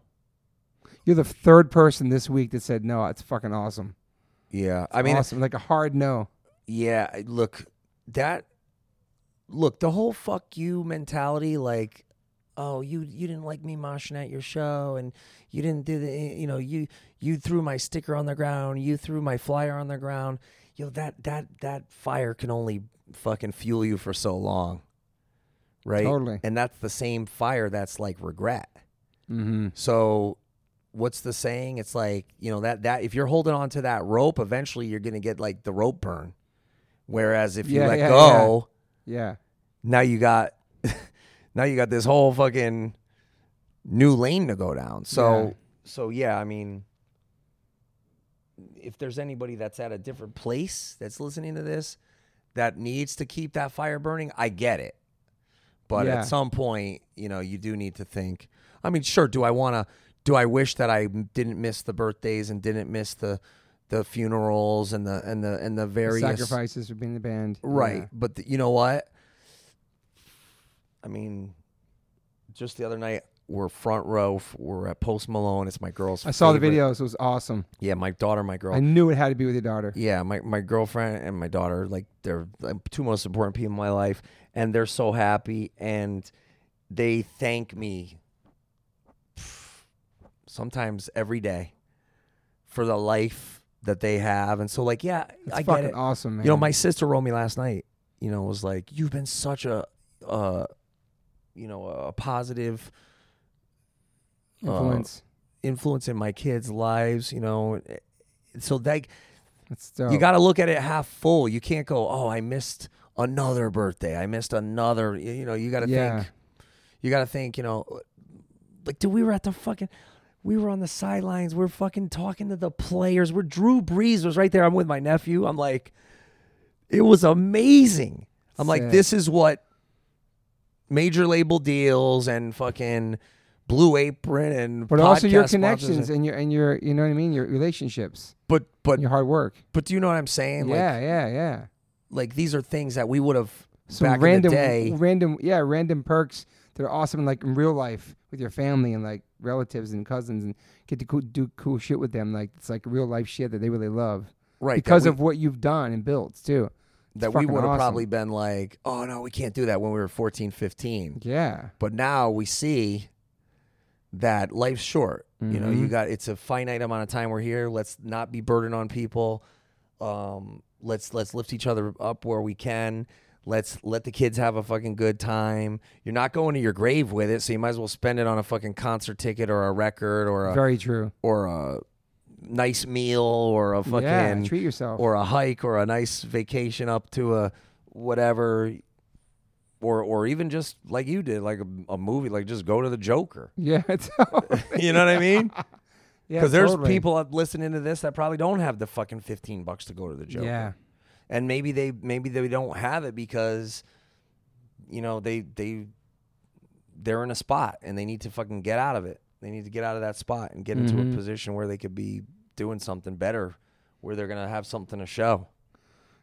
You're the third person this week that said no. It's fucking awesome. Yeah. I mean, awesome, like a hard no. Yeah, I- look, that look, the whole fuck you mentality like oh, you you didn't like me moshing at your show and you didn't do the eh, you know, you you threw my sticker on the ground, you threw my flyer on the ground. You know, that that that fire can only fucking fuel you for so long. Right? Totally. And that's the same fire that's like regret. Mm-hmm. So what's the saying? It's like, you know, that that if you're holding on to that rope, eventually you're gonna get like the rope burn. Whereas if you Yeah, let yeah, go, Yeah. now you got now you got this whole fucking new lane to go down. So Yeah. so yeah, I mean if there's anybody that's at a different place that's listening to this that needs to keep that fire burning, I get it. But Yeah. at some point, you know, you do need to think. I mean, sure, do I want to do I wish that I didn't miss the birthdays and didn't miss the the funerals and the and the and the The various Sacrifices for being in the band. Right. Yeah. But th- you know what? I mean, just the other night, we're front row. f- We're at Post Malone. It's my girl's. I saw favorite- the videos. It was awesome. Yeah, my daughter, my girl. I knew it had to be with your daughter. yeah, my, my girlfriend and my daughter, like, they're the two most important people in my life. And they're so happy. And they thank me pff, sometimes every day for the life that they have. And so, like, yeah, It's I get fucking it. awesome, man. You know, my sister wrote me last night. You know, was like, "You've been such a, uh, you know, a positive uh, influence. influence in my kids' lives." You know, eh, so that That's dope. you got to look at it half full. You can't go, "Oh, I missed another birthday. I missed another." y- You know, you got to Yeah. think. You got to think. You know, like, dude, we were at the fucking. We were on the sidelines. We're fucking talking to the players. We're Drew Brees was right there. I'm with my nephew. I'm like, it was amazing. I'm like, Sick. this is what major label deals and fucking Blue Apron and but also your podcast sponsors connections and- and your and your you know what I mean, your relationships, But but and your hard work. but do you know what I'm saying? Like, yeah, yeah, yeah. like these are things that we would have Some back random, in the day. random, yeah, random perks that are awesome, like in real life with your family and like relatives and cousins, and get to co- do cool shit with them. Like it's like real life shit that they really love right because that of what you've done and built too. we, It's that we fucking would have awesome. probably been like oh no we can't do that when we were 14 15 Yeah, but now we see that life's short you know Mhm. you got it's a finite amount of time we're here let's not be burdened on people um let's let's lift each other up where we can let's let the kids have a fucking good time you're not going to your grave with it so you might as well spend it on a fucking concert ticket or a record or a very true. or a nice meal or a fucking yeah, treat yourself. or a hike or a nice vacation up to a whatever or or even just like you did like a, a movie like just go to the joker yeah, it's, you know what i mean yeah, because there's totally. people up listening to this that probably don't have the fucking 15 bucks to go to the joker Yeah, and maybe they maybe they don't have it because you know they they they're in a spot and they need to fucking get out of it they need to get out of that spot and get into a Mhm. position where they could be doing something better where they're gonna have something to show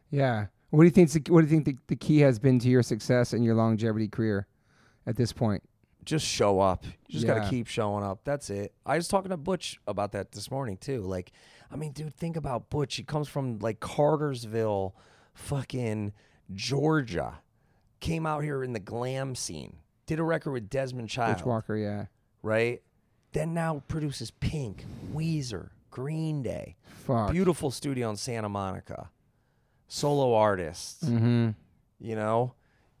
yeah. What do you think? What do you think the, the key has been to your success and your longevity career at this point? just show up. You just got Yeah. to keep showing up. That's it. I was talking to Butch about that this morning too. Like, I mean, dude, think about Butch. He comes from like Cartersville, fucking Georgia. Came out here in the glam scene. Did a record with Desmond Child, Butch Walker, yeah. right? Then now produces Pink, Weezer, Green Day. Fuck. Beautiful studio in Santa Monica. Solo artist, mm-hmm. you know?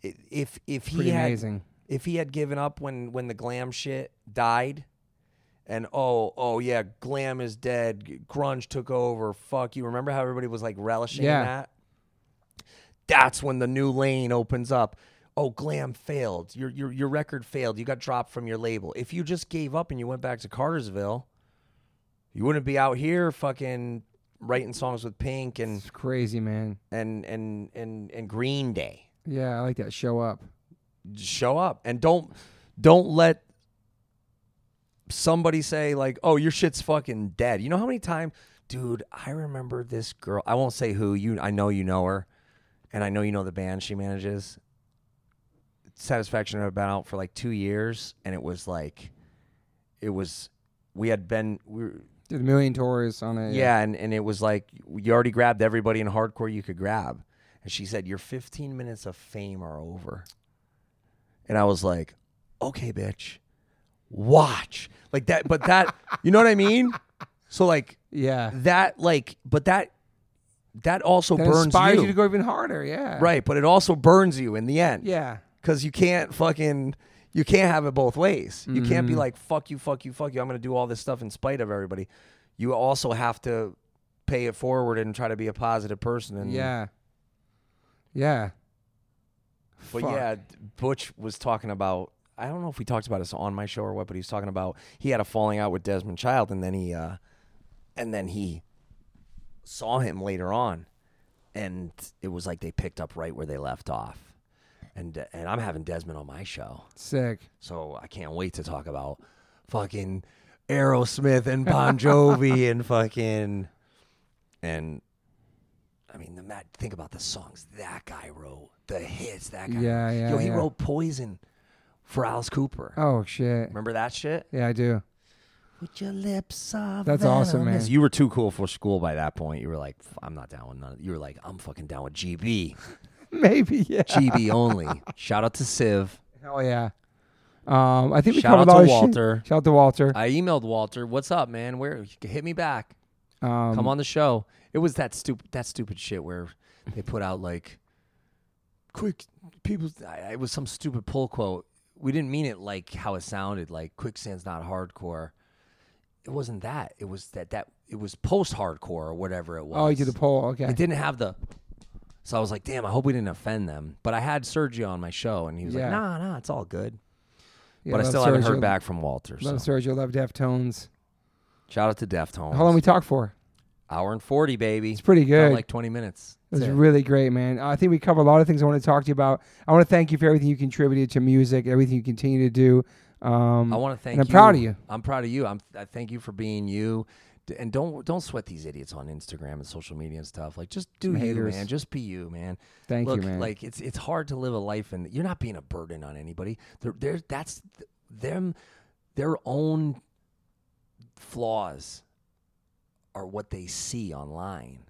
I- If if he Pretty had amazing. if he had given up when when the glam shit died and oh oh yeah glam is dead g- grunge took over fuck you remember how everybody was like relishing Yeah. in that that's when the new lane opens up oh glam failed your your your record failed you got dropped from your label if you just gave up and you went back to Cartersville you wouldn't be out here fucking writing songs with Pink and It's crazy, man. and and and, and Green Day Yeah, I like that. Show up. show up and don't don't let somebody say like oh your shit's fucking dead you know how many times dude i remember this girl i won't say who you i know you know her and i know you know the band she manages satisfaction had been out for like two years and it was like it was we had been we were, Did a million tours on it. yeah, and, and it was like you already grabbed everybody in hardcore you could grab. And she said, Your 15 minutes of fame are over. And I was like, Okay, bitch, watch. Like that, but that, you know what I mean? So, like, Yeah. that, like, but that, that also That burns inspires you. you. to go even harder. Yeah. Right, but it also burns you in the end Yeah. because you can't fucking you can't have it both ways. You can't be Mm-hmm. like fuck you, fuck you, fuck you. I'm gonna do all this stuff in spite of everybody. You also have to pay it forward and try to be a positive person. And Yeah. Yeah. but Fuck. yeah, Butch was talking about. I don't know if we talked about this on my show or what, but he was talking about he had a falling out with Desmond Child, and then he, uh, and then he saw him later on, and it was like they picked up right where they left off. And and I'm having Desmond on my show. Sick. So I can't wait to talk about fucking Aerosmith and Bon Jovi and fucking and I mean the ma think about the songs that guy wrote, the hits that guy. Yeah, yeah, Yo, he yeah. wrote Poison for Alice Cooper. Oh shit. Remember that shit? Yeah, I do. With your lips are That's awesome, venomous. man. You were too cool for school by that point. You were like, "F- I'm not down with none. of-" You were like, I'm fucking down with GB, Maybe. Yeah. GB only. Shout out to Civ. Hell yeah. Um, I think we Shout covered out all to his shit. Walter. Shout out to Walter. I emailed Walter, "What's up, man? Where hit me back? Um, Come on the show." It was that stupid that stupid shit where they put out like quick people. I, it was some stupid pull quote. We didn't mean it like how it sounded. Like quicksand's not hardcore. It wasn't that. It was that that it was post hardcore or whatever it was. Oh, you did the poll. Okay. It didn't have the. So I was like, damn, I hope we didn't offend them. But I had Sergio on my show, and he was Yeah. like, nah, nah, it's all good. Yeah, but I love still haven't Sergio. heard back from Walter. So. Love Sergio. Love Deftones. Shout out to Deftones. How long we talk for? Hour and 40, baby. It's pretty Not good. like 20 minutes. It was That's it. really great, man. I think we covered a lot of things I want to talk to you about. I want to thank you for everything you contributed to music, everything you continue to do. Um, I want to thank and I'm you. proud of you. I'm proud of you. I'm, I thank you for being you. D- And don't don't sweat these idiots on Instagram and social media and stuff. Like just do Some you, haters. man. Just be you, man. Thank you, Look, man. Like it's it's hard to live a life and you're not being a burden on anybody. They're, they're that's th- them their own flaws are what they see online.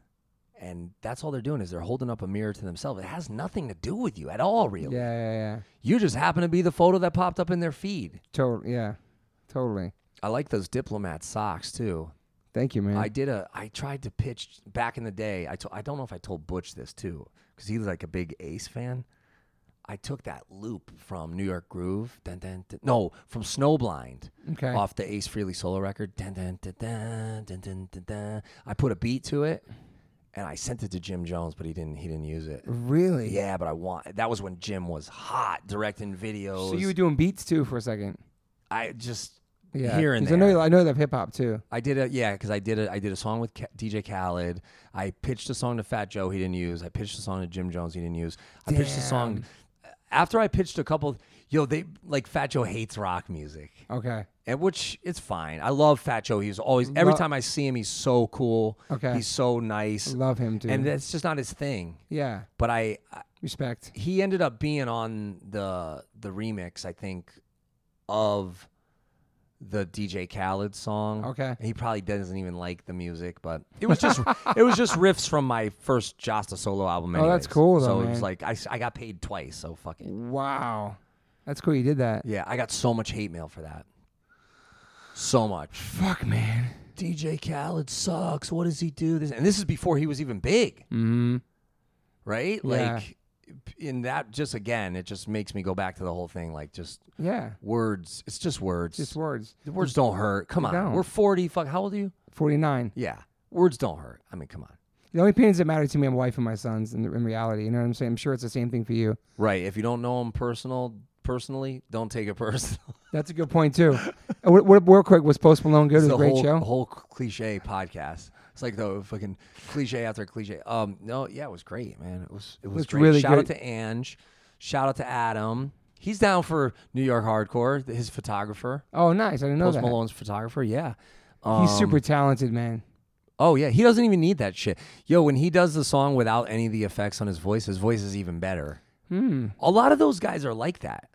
And that's all they're doing is they're holding up a mirror to themselves. It has nothing to do with you at all, really. Yeah, yeah, yeah. You just happen to be the photo that popped up in their feed. Totally. Yeah, totally. I like those diplomat socks too. Thank you, man. I did a. I tried to pitch back in the day. I to, I don't know if I told Butch this too, because he was like a big Ace fan. I took that loop from New York Groove. Dun, dun, dun- no, from Snowblind okay. off the Ace Freely solo record. Dun, dun, dun, dun, dun, dun, dun, dun. I put a beat to it, and I sent it to Jim Jones, but he didn't. He didn't use it. Really? Yeah, but I want. That was when Jim was hot directing videos. So you were doing beats too for a second. I just Yeah. here and 'Cause there. I know you, I know that hip hop too. I did a yeah, because I did a I did a song with Ca- DJ Khaled. I pitched a song to Fat Joe. He didn't use. I pitched a song to Jim Jones. He didn't use. I pitched a uh, song. After I pitched a couple, yo, they like Fat Joe hates rock music, Okay. and which it's fine. I love Fat Joe. He's always every Lo- time I see him, he's so cool. Okay. he's so nice, Love him, dude. and that's just not his thing. yeah, But I, I, respect. he ended up being on the the remix, I think, of the DJ Khaled song. Okay. he probably doesn't even like the music, but it was just it was just riffs from my first Josta solo album. Oh, that's anyways. cool, So though, it was man. like I, s- I got paid twice, so fuck it. Wow, that's cool. You did that. Yeah, I got so much hate mail for that. So much. Fuck, man. DJ Khaled sucks. What does he do? This and this is before he was even big, Mm-hmm. right? Yeah. Like, in that just again, it just makes me go back to the whole thing. Like, just Yeah, words. It's just words. just words. The words don't hurt. Come on, don't. we're forty. Fuck, how old are you? Forty-nine. Yeah, words don't hurt. I mean, come on. The only opinions that matter to me are my wife and my sons. In, in reality, you know what I'm saying. I'm sure it's the same thing for you. Right. If you don't know him personal, personally, don't take it personal. That's a good point too. Uh, what, what real quick was Post Malone good? It was the a great whole, show. whole cliche podcast. It's like the fucking cliche after cliche. Um, no, yeah, it was great, man. It was it was Looked great. really Shout out good. to Ange. Shout out to Adam. He's down for New York hardcore. th- His photographer, Oh, nice. I didn't know Post that. Malone's photographer. Yeah, He's Um, super talented, man. Oh yeah, he doesn't even need that shit. Yo, when he does the song without any of the effects on his voice, his voice is even better. Hmm. A lot of those guys are like that.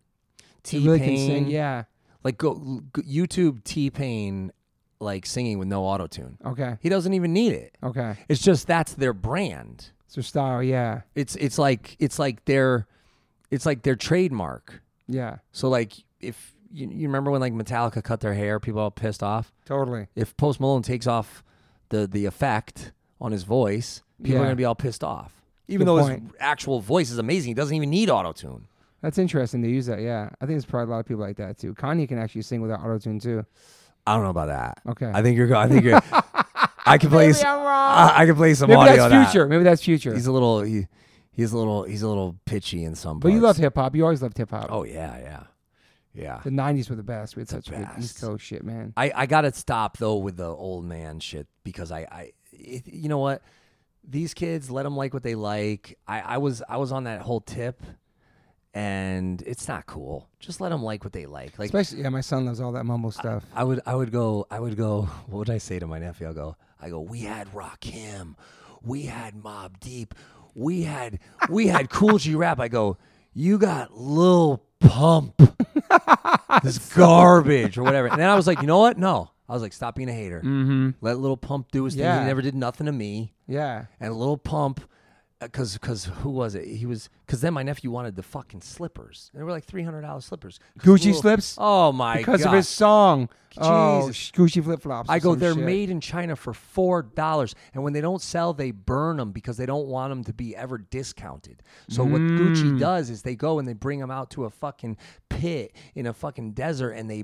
T He Pain, really can sing. Yeah. Like go, go YouTube T Pain, like singing with no auto tune. Okay. He doesn't even need it. Okay. It's just that's their brand. So style. Yeah. It's it's like it's like their it's like their trademark. Yeah. So like if you, you remember when like Metallica cut their hair, people are all pissed off. Totally. If Post Malone takes off the the effect on his voice, people Yeah. are gonna be all pissed off. Even Good though his point. actual voice is amazing, he doesn't even need auto tune. That's interesting to use that. Yeah. I think there's probably a lot of people like that too. Kanye can actually sing without auto tune too. I don't know about that. Okay. I think you're. go- I think you're. I can play. s- Maybe I'm wrong. I, I can play some Maybe audio. that's of that. future. Maybe that's future. He's a little. He, he's a little. He's a little pitchy in some. but you parts. loved hip hop. You always loved hip hop. Oh yeah, yeah, yeah. The '90s were the best. We had such good East best. Coast shit, man. I, I gotta stop though with the old man shit because I, I it, you know what these kids let them like what they like I, I was I was on that whole tip and it's not cool just let them like what they like like Especially, yeah, my son loves all that mumble stuff. I would I would go I would go what would I say to my nephew I'll go I go we had Rakim we had Mob Deep we had we had Cool G Rap I go you got Lil Pump this garbage or whatever and then I was like you know what no I was like stop being a hater mm-hmm. let Lil Pump do his thing Yeah. he never did nothing to me yeah. and Lil Pump because because who was it he was because then my nephew wanted the fucking slippers they were like three hundred dollar slippers Gucci Lil- slips? oh my Because of God. his song. Oh, Jesus. sh- Gucci flip flops. I go, they're made in China for four dollars, and when they don't sell, they burn them because they don't want them to be ever discounted. So what Mm. Gucci does is they go and they bring them out to a fucking pit in a fucking desert and they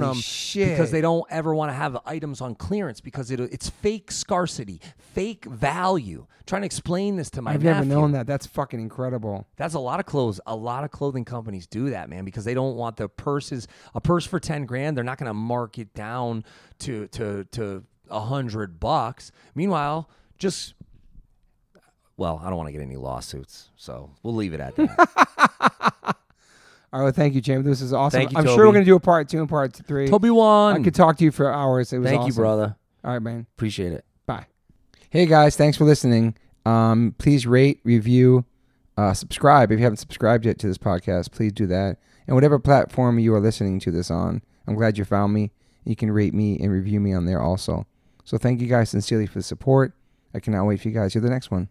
Holy them because shit. they don't ever want to have items on clearance because it, it's fake scarcity, fake value. trying to explain this to my I've never nephew. known that. That's fucking incredible. That's a lot of clothes. A lot of clothing companies do that, man, because they don't want the purses. A purse for ten grand, they're not going to mark it down to to to a hundred bucks. Meanwhile, just well, I don't want to get any lawsuits, so we'll leave it at that. All right, well, thank you, Jamie. This is awesome. Thank you, I'm Toby. sure we're gonna do a part two and part three. Toby I one, could talk to you for hours. It was thank you, awesome. brother. All right, man. Appreciate it. Bye. Hey guys, thanks for listening. Um, please rate, review, uh, subscribe if you haven't subscribed yet to this podcast. Please do that. And whatever platform you are listening to this on, I'm glad you found me. You can rate me and review me on there also. So thank you guys sincerely for the support. I cannot wait for you guys to hear the next one.